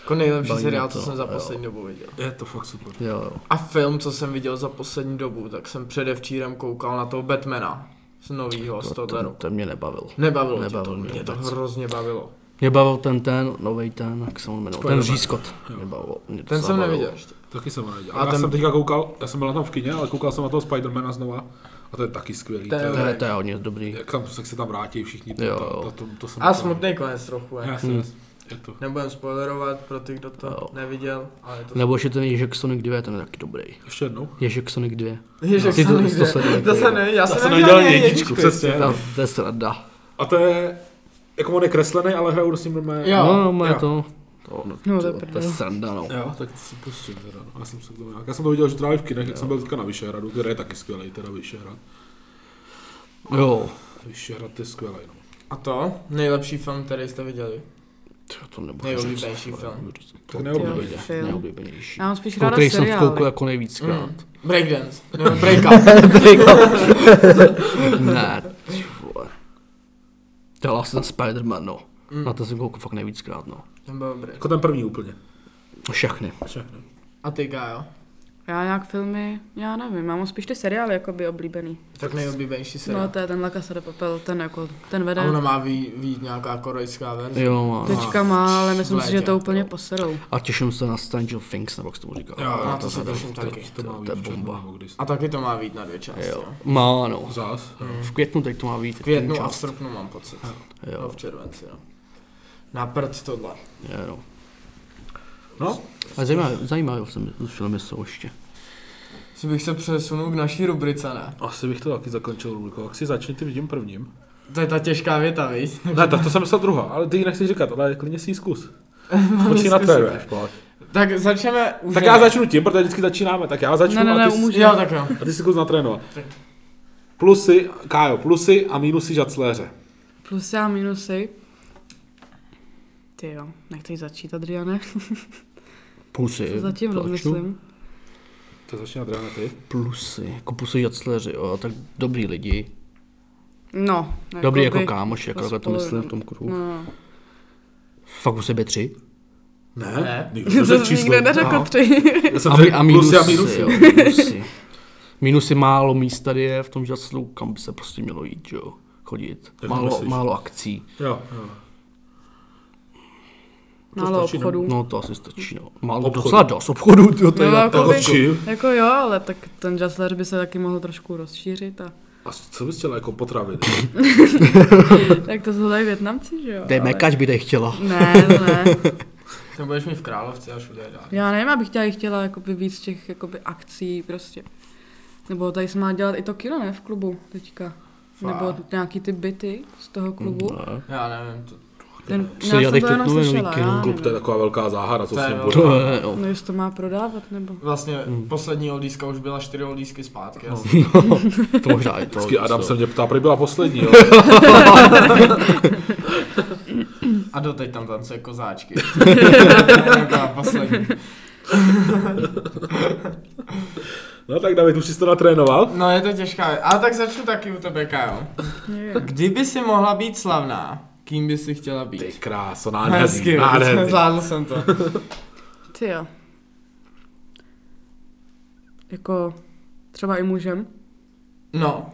[SPEAKER 2] Jako nejlepší
[SPEAKER 3] Baví mě
[SPEAKER 2] seriál, co
[SPEAKER 3] to,
[SPEAKER 2] jsem za
[SPEAKER 3] jo.
[SPEAKER 2] poslední dobu viděl.
[SPEAKER 1] Je to fakt super.
[SPEAKER 3] Jo, jo.
[SPEAKER 2] A film, co jsem viděl za poslední dobu, tak jsem předevčírem koukal na toho Batmana. Z novýho, z
[SPEAKER 3] Jako To,
[SPEAKER 2] tohoto
[SPEAKER 3] to,
[SPEAKER 2] roku.
[SPEAKER 3] to mě nebavil.
[SPEAKER 2] Nebavilo tě
[SPEAKER 3] nebavil
[SPEAKER 2] to,
[SPEAKER 3] mě
[SPEAKER 2] mě to
[SPEAKER 3] vůbec.
[SPEAKER 2] hrozně bavilo.
[SPEAKER 3] Mě bavil ten ten, novej ten, jak se on jmenoval, ten
[SPEAKER 1] Spider-Man.
[SPEAKER 3] Řískot. Mě bavil, mě to
[SPEAKER 2] Ten jsem
[SPEAKER 3] zabavilo.
[SPEAKER 2] neviděl ještě.
[SPEAKER 1] Taky jsem ho neviděl.
[SPEAKER 2] A
[SPEAKER 1] A já
[SPEAKER 2] ten-
[SPEAKER 1] jsem teďka koukal, já jsem byl na tom v kině, ale koukal jsem na toho Spidermana znova. A to je taky skvělý.
[SPEAKER 2] To je-
[SPEAKER 1] To
[SPEAKER 3] To
[SPEAKER 1] je-
[SPEAKER 3] je, to je hodně dobrý.
[SPEAKER 1] Jak, tam, jak se tam vrátí všichni, to,
[SPEAKER 3] Jo,
[SPEAKER 1] to,
[SPEAKER 3] jo.
[SPEAKER 1] to, to, to jsem...
[SPEAKER 2] A smutný konec trochu, je.
[SPEAKER 1] Jasně, jasně. je to.
[SPEAKER 2] Nebudem spoilerovat pro ty, kdo to
[SPEAKER 3] Jo.
[SPEAKER 2] neviděl, ale je to...
[SPEAKER 3] Nebo ještě ten Ježek Sonic 2, ten je taky dobrý.
[SPEAKER 1] Ještě jednou.
[SPEAKER 3] Ježek Sonic 2.
[SPEAKER 2] Ježek,
[SPEAKER 3] Ty no, to-
[SPEAKER 2] jsem
[SPEAKER 3] to se
[SPEAKER 2] neviděl.
[SPEAKER 3] neviděl.
[SPEAKER 2] To jsem neviděl, já
[SPEAKER 1] neviděl
[SPEAKER 2] jsem neviděl ani
[SPEAKER 1] jedničku,
[SPEAKER 2] jedničku.
[SPEAKER 1] přesně.
[SPEAKER 2] ještě.
[SPEAKER 3] To, to je sranda.
[SPEAKER 1] A to je, jako on je kreslený, ale hrajou s ním normálně.
[SPEAKER 2] Jo.
[SPEAKER 3] no, no, má
[SPEAKER 1] jo.
[SPEAKER 3] to. To, no,
[SPEAKER 4] No,
[SPEAKER 3] no,
[SPEAKER 4] to je
[SPEAKER 3] to, to je
[SPEAKER 4] prdel.
[SPEAKER 3] sranda, no.
[SPEAKER 1] Jo, tak to si pustím teda. No. Já jsem se k tomu nějak. Já jsem to viděl už právě v kinech, jak jsem byl teďka na Vyšehradu, který je taky skvělý, teda Vyšehrad.
[SPEAKER 3] Jo.
[SPEAKER 1] Vyšehrad je skvělý, no.
[SPEAKER 2] A to? Nejlepší film, který jste viděli?
[SPEAKER 3] Ty, To nebudu
[SPEAKER 2] Nejoblíbenější
[SPEAKER 3] říct,
[SPEAKER 2] film.
[SPEAKER 3] nebudu říct.
[SPEAKER 1] Tak neoblíbený.
[SPEAKER 4] Jo, film.
[SPEAKER 3] Nejoblíbenější.
[SPEAKER 4] Já mám spíš ráda
[SPEAKER 3] Který jsem
[SPEAKER 4] seriály.
[SPEAKER 3] koukal jako nejvíckrát.
[SPEAKER 2] Mm. Breakdance. Nebo breakup.
[SPEAKER 3] [laughs] ne, ty vole. To je asi ten Spider-Man, no. Na to jsem koukal fakt nejvíckrát, no.
[SPEAKER 2] Ten byl dobrý.
[SPEAKER 1] Jako ten první úplně.
[SPEAKER 3] Všechny.
[SPEAKER 1] Všechny.
[SPEAKER 2] A ty, Kájo?
[SPEAKER 4] Já nějak filmy, já nevím, já mám spíš ty seriály jakoby oblíbený.
[SPEAKER 2] Tak nejoblíbenější
[SPEAKER 4] No
[SPEAKER 2] seriál.
[SPEAKER 4] to je ten La Casa de Papel, ten jako, ten
[SPEAKER 2] A
[SPEAKER 4] vede.
[SPEAKER 2] ona má vý- vyjít nějaká korejská verze.
[SPEAKER 3] Jo, no. má.
[SPEAKER 4] Teďka má, ale myslím
[SPEAKER 2] v
[SPEAKER 4] si,
[SPEAKER 2] létě.
[SPEAKER 4] že to úplně poserou.
[SPEAKER 3] A těším se na Stranger Things, nebo jak se tomu říká.
[SPEAKER 1] Jo,
[SPEAKER 2] na
[SPEAKER 1] jo,
[SPEAKER 2] to se
[SPEAKER 3] to-
[SPEAKER 2] těším
[SPEAKER 3] to-
[SPEAKER 2] taky.
[SPEAKER 1] To
[SPEAKER 3] To-
[SPEAKER 1] má
[SPEAKER 3] to
[SPEAKER 1] být
[SPEAKER 3] je
[SPEAKER 1] v červnu,
[SPEAKER 3] bomba.
[SPEAKER 1] nebo když-
[SPEAKER 2] A taky to má být na dvě části.
[SPEAKER 3] Jo. Má, no.
[SPEAKER 1] Zas. jo.
[SPEAKER 3] V květnu teď to má být.
[SPEAKER 2] V květnu a v
[SPEAKER 3] část.
[SPEAKER 2] srpnu mám pocit. No,
[SPEAKER 3] Jo,
[SPEAKER 2] v červenci, no. Na prd tohle.
[SPEAKER 3] jo, no.
[SPEAKER 1] No,
[SPEAKER 3] A zajímavé, zajímavé film- filmy jsou ještě.
[SPEAKER 2] Jestli bych se přesunul k naší rubrice, ne?
[SPEAKER 1] asi bych to taky zakončil rubrikou. Jak si začni, ty vidím prvním.
[SPEAKER 2] To je ta těžká věta, víš?
[SPEAKER 1] Ne, tak to jsem myslel druhá, ale ty ji nechci říkat, ale klidně si ji zkus. Počí na
[SPEAKER 2] zkusit.
[SPEAKER 1] tebe. pojď.
[SPEAKER 2] Tak začneme už.
[SPEAKER 1] Tak já začnu tím, protože vždycky začínáme, tak já začnu
[SPEAKER 4] Ne, ne,
[SPEAKER 1] a
[SPEAKER 4] ne,
[SPEAKER 1] ty,
[SPEAKER 4] umůžu.
[SPEAKER 2] Jo, tak jo.
[SPEAKER 1] a ty si zkus natrénovat. Plusy, Kájo, plusy a mínusy žacléře.
[SPEAKER 4] Plusy a minusy. Ty jo, nechci začít, Adriane. [laughs]
[SPEAKER 3] Plusy.
[SPEAKER 4] To zatím
[SPEAKER 3] tlaču.
[SPEAKER 4] rozmyslím.
[SPEAKER 1] To začíná drána ty.
[SPEAKER 3] Plusy. Jako plusy jacleři, jo. Tak dobrý lidi.
[SPEAKER 4] Jako No.
[SPEAKER 3] Dobrý
[SPEAKER 4] jakoby-
[SPEAKER 3] jako kámoš, jako takhle to
[SPEAKER 4] spolu-
[SPEAKER 3] myslím v tom kruhu.
[SPEAKER 4] No.
[SPEAKER 3] Fakt u sebe tři.
[SPEAKER 1] Ne,
[SPEAKER 2] Ne.
[SPEAKER 1] nikdo
[SPEAKER 4] [laughs] To
[SPEAKER 1] neřekl
[SPEAKER 4] jsi
[SPEAKER 1] číslo.
[SPEAKER 4] nikde neřekl
[SPEAKER 1] Aha.
[SPEAKER 4] [laughs] tři.
[SPEAKER 1] Já jsem
[SPEAKER 3] A, mi-
[SPEAKER 1] řekl
[SPEAKER 3] a
[SPEAKER 1] plusy
[SPEAKER 3] minusy,
[SPEAKER 1] a minusy.
[SPEAKER 3] jo, minusy. [laughs] minusy málo míst tady je v tom žaclu, kam by se prostě mělo jít, že jo. Chodit.
[SPEAKER 1] to
[SPEAKER 3] Málo,
[SPEAKER 1] myslíš?
[SPEAKER 3] málo akcí.
[SPEAKER 1] Jo, jo.
[SPEAKER 4] Málo
[SPEAKER 1] stačí, ne?
[SPEAKER 4] obchodů.
[SPEAKER 3] No to asi stačí, no. Málo,
[SPEAKER 1] Obchodu.
[SPEAKER 3] docela dost obchodů, tyjo, to je
[SPEAKER 4] No,
[SPEAKER 3] na-
[SPEAKER 4] jako, by,
[SPEAKER 1] Oči.
[SPEAKER 4] jako jo, ale tak ten Jazzler by se taky mohl trošku
[SPEAKER 3] [laughs]
[SPEAKER 4] rozšířit. A...
[SPEAKER 1] A co bys chtěla jako potraviny?
[SPEAKER 4] tak to jsou tady Větnamci, že jo?
[SPEAKER 3] To je mekač by tady chtěla.
[SPEAKER 4] Ne, to ne.
[SPEAKER 2] Ten budeš mít v Královce až udělat dál.
[SPEAKER 4] Já nevím, abych chtěla, chtěla jakoby víc těch jakoby akcí prostě. Nebo tady se má dělat i to kino, ne? V klubu teďka.
[SPEAKER 2] Fakt?
[SPEAKER 4] Nebo nějaký ty byty z toho klubu.
[SPEAKER 3] Ne.
[SPEAKER 2] Já nevím, to,
[SPEAKER 4] Ten,
[SPEAKER 3] Mm, no, Co
[SPEAKER 4] já
[SPEAKER 3] dělat
[SPEAKER 4] jsem
[SPEAKER 3] teď
[SPEAKER 4] to jenom
[SPEAKER 3] to jenom
[SPEAKER 4] slyšela,
[SPEAKER 3] kino?
[SPEAKER 4] já
[SPEAKER 1] Klub, to je
[SPEAKER 4] nevím.
[SPEAKER 1] taková velká záhada, co
[SPEAKER 2] To
[SPEAKER 1] s
[SPEAKER 2] je
[SPEAKER 1] ním
[SPEAKER 2] velká-
[SPEAKER 1] bude.
[SPEAKER 3] To je, jo.
[SPEAKER 4] No, jestli to má prodávat, nebo...
[SPEAKER 2] vlastně
[SPEAKER 1] Hmm.
[SPEAKER 2] poslední oldíska už byla čtyři oldísky zpátky. No.
[SPEAKER 3] To možná je to.
[SPEAKER 1] Vždycky Adam
[SPEAKER 3] co?
[SPEAKER 1] se mě ptá, prý byla poslední, [laughs] jo.
[SPEAKER 2] A doteď tam
[SPEAKER 1] [laughs]
[SPEAKER 2] tancuje kozáčky. Nějaká poslední.
[SPEAKER 1] No tak David, už jsi to natrénoval?
[SPEAKER 2] No je to těžká, ale tak začnu taky u tebe, Kájo.
[SPEAKER 4] Nevím.
[SPEAKER 2] Kdyby si mohla být slavná, kým by si chtěla být?
[SPEAKER 1] Ty kráso,
[SPEAKER 2] Hezky,
[SPEAKER 1] nádherný, nádherný.
[SPEAKER 2] zvládl jsem to.
[SPEAKER 4] Ty jo. Jako třeba i mužem.
[SPEAKER 2] No,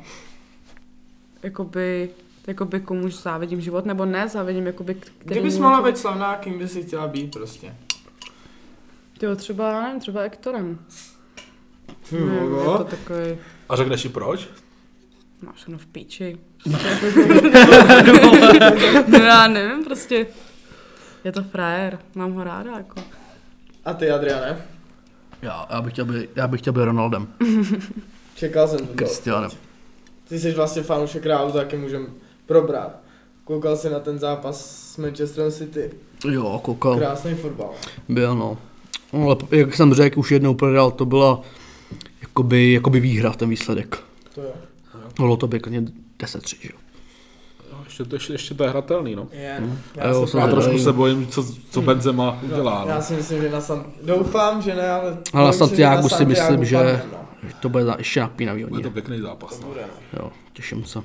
[SPEAKER 4] Jakoby, jakoby komu závidím život, nebo ne, závidím jakoby... k- Který
[SPEAKER 2] kdybys mohla být slavná, kým by si chtěla být prostě?
[SPEAKER 4] Ty jo, třeba, já nevím, třeba Ektorem.
[SPEAKER 2] Ty no.
[SPEAKER 4] Nevím, Hmm, je
[SPEAKER 2] vogo.
[SPEAKER 4] to takový...
[SPEAKER 1] A řekneš i proč?
[SPEAKER 4] Máš všechno
[SPEAKER 3] [laughs]
[SPEAKER 4] v píči. no já nevím, prostě. Je to frajer, mám ho ráda, jako.
[SPEAKER 2] A ty, Adriane?
[SPEAKER 3] Já, já bych chtěl být, já bych chtěl být Ronaldem.
[SPEAKER 2] Čekal jsem to.
[SPEAKER 1] No.
[SPEAKER 3] Kristianem.
[SPEAKER 2] Ty jsi vlastně fanoušek Realu, taky můžem probrat. Koukal jsi na ten zápas s Manchesterem City.
[SPEAKER 3] Jo, koukal.
[SPEAKER 2] Krásný fotbal.
[SPEAKER 3] Byl, no. no. Ale jak jsem řekl, už jednou prohrál, to byla jakoby, jakoby výhra, ten výsledek.
[SPEAKER 2] To jo.
[SPEAKER 3] Bylo to pěkně 10-3, že jo.
[SPEAKER 1] No, ještě, to, ještě, ještě to je hratelný, no.
[SPEAKER 2] Je,
[SPEAKER 3] A
[SPEAKER 2] já,
[SPEAKER 3] Hm. jo,
[SPEAKER 2] si
[SPEAKER 3] jsem
[SPEAKER 1] Já
[SPEAKER 3] Zahrají.
[SPEAKER 1] trošku se bojím, co, co Benzema udělá.
[SPEAKER 2] já
[SPEAKER 1] No.
[SPEAKER 2] si myslím, že na San... Doufám, že ne, ale...
[SPEAKER 3] Ale na
[SPEAKER 2] bojím se, že
[SPEAKER 3] Santiago si myslím,
[SPEAKER 2] Santiago
[SPEAKER 3] že-
[SPEAKER 2] padne, no.
[SPEAKER 3] Že To bude za- ještě napínavý
[SPEAKER 1] Je
[SPEAKER 3] hodně.
[SPEAKER 1] to pěkný zápas. No.
[SPEAKER 3] Jo, těším se.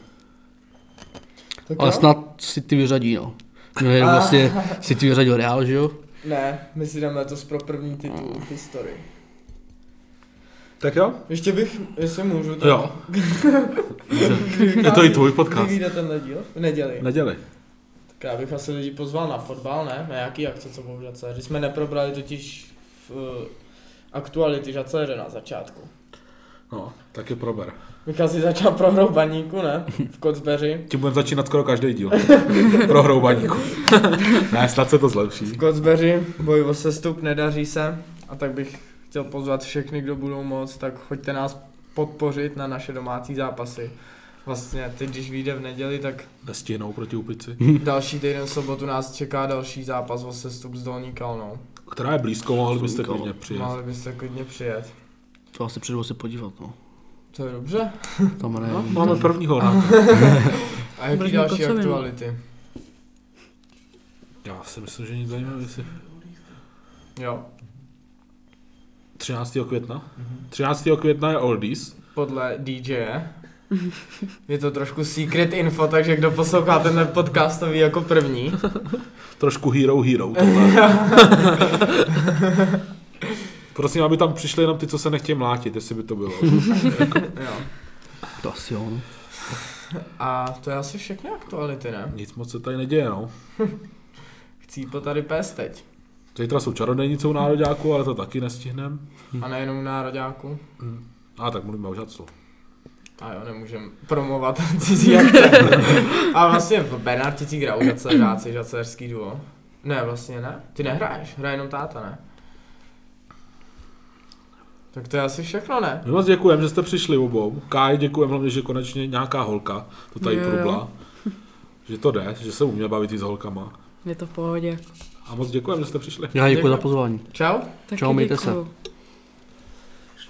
[SPEAKER 2] Tak
[SPEAKER 3] Ale
[SPEAKER 2] jo?
[SPEAKER 3] snad si ty vyřadí, no. Měli
[SPEAKER 2] Ah.
[SPEAKER 3] vlastně si ty vyřadil Real, že jo?
[SPEAKER 2] Ne, my si jdeme letos pro první titul v historii.
[SPEAKER 1] Tak jo?
[SPEAKER 2] Ještě bych, jestli můžu, tak... [laughs]
[SPEAKER 1] Jo. Je to i tvůj podcast.
[SPEAKER 2] Kdy vyjde tenhle díl? V neděli.
[SPEAKER 1] Neděli.
[SPEAKER 2] Tak já bych asi lidi pozval na fotbal, ne? Na nějaký akce, co budou v Žace. Když jsme neprobrali totiž v eh, aktuality Žace na začátku.
[SPEAKER 1] No, tak je prober.
[SPEAKER 2] Bych asi začal prohrou baníku, ne? V Kocbeři.
[SPEAKER 1] Tím budeme začínat skoro každý díl. [laughs] Pro hroubaníku. [laughs] ne, snad se to
[SPEAKER 2] V
[SPEAKER 1] zlepší.
[SPEAKER 2] Kocbeři boj o sestup, nedaří se. A tak bych chtěl pozvat všechny, kdo budou moc, tak choďte nás podpořit na naše domácí zápasy. Vlastně teď, když vyjde v neděli, tak
[SPEAKER 1] Nestihnou proti Úpici.
[SPEAKER 2] další týden v sobotu nás čeká další zápas o sestup s Dolní Kalnou.
[SPEAKER 1] Která je blízko, mohli byste klidně přijet.
[SPEAKER 2] Mohli byste klidně přijet.
[SPEAKER 3] To asi přijdou se podívat, no.
[SPEAKER 2] To je dobře.
[SPEAKER 3] Tam ne,
[SPEAKER 1] No, máme prvního na [laughs]
[SPEAKER 2] A jaký
[SPEAKER 4] Brzo
[SPEAKER 2] další
[SPEAKER 4] kocovinu.
[SPEAKER 2] aktuality?
[SPEAKER 1] Já si myslím, že nic zajímavého. jestli-
[SPEAKER 2] Jo,
[SPEAKER 1] 13. května?
[SPEAKER 4] Mhm.
[SPEAKER 1] 13. května je Oldies.
[SPEAKER 2] podle DJ. Je to trošku secret info, takže kdo poslouchá tenhle podcast, to ví jako první.
[SPEAKER 1] Trošku hero hero.
[SPEAKER 4] [laughs]
[SPEAKER 1] tohle. Prosím, aby tam přišli jenom ty, co se nechtějí mlátit, jestli by to
[SPEAKER 4] [laughs]
[SPEAKER 1] bylo.
[SPEAKER 2] Jo.
[SPEAKER 3] to asi jo, no.
[SPEAKER 2] A to je asi všechny aktuality, ne?
[SPEAKER 1] Nic moc se tady neděje, no.
[SPEAKER 2] Chcípl tady pes teď.
[SPEAKER 1] Zítra jsou čarodejnice u nároďáku, ale to taky nestihneme.
[SPEAKER 2] A nejenom u nároďáku.
[SPEAKER 4] Mm.
[SPEAKER 1] A tak mluvíme o žadcu.
[SPEAKER 2] A jo, nemůžem promovat [laughs] cizí akce. A vlastně v Bernarticích hraju žace, žáci, žacerský duo. Ne, vlastně ne. Ty nehráš, hraje jenom táta, ne? Tak to je asi všechno, ne?
[SPEAKER 1] My moc děkujeme, že jste přišli obou. Káji děkujeme hlavně, že konečně nějaká holka to tady
[SPEAKER 4] Jo, jo.
[SPEAKER 1] probla. Že to jde, že se umě bavit i s holkama.
[SPEAKER 4] Je to v pohodě. jako.
[SPEAKER 1] A moc děkujeme, že jste přišli.
[SPEAKER 3] Já děkuji za
[SPEAKER 2] Děkuji.
[SPEAKER 3] pozvání.
[SPEAKER 2] Čau.
[SPEAKER 4] Taky
[SPEAKER 3] Čau, mějte se.
[SPEAKER 4] děkuju.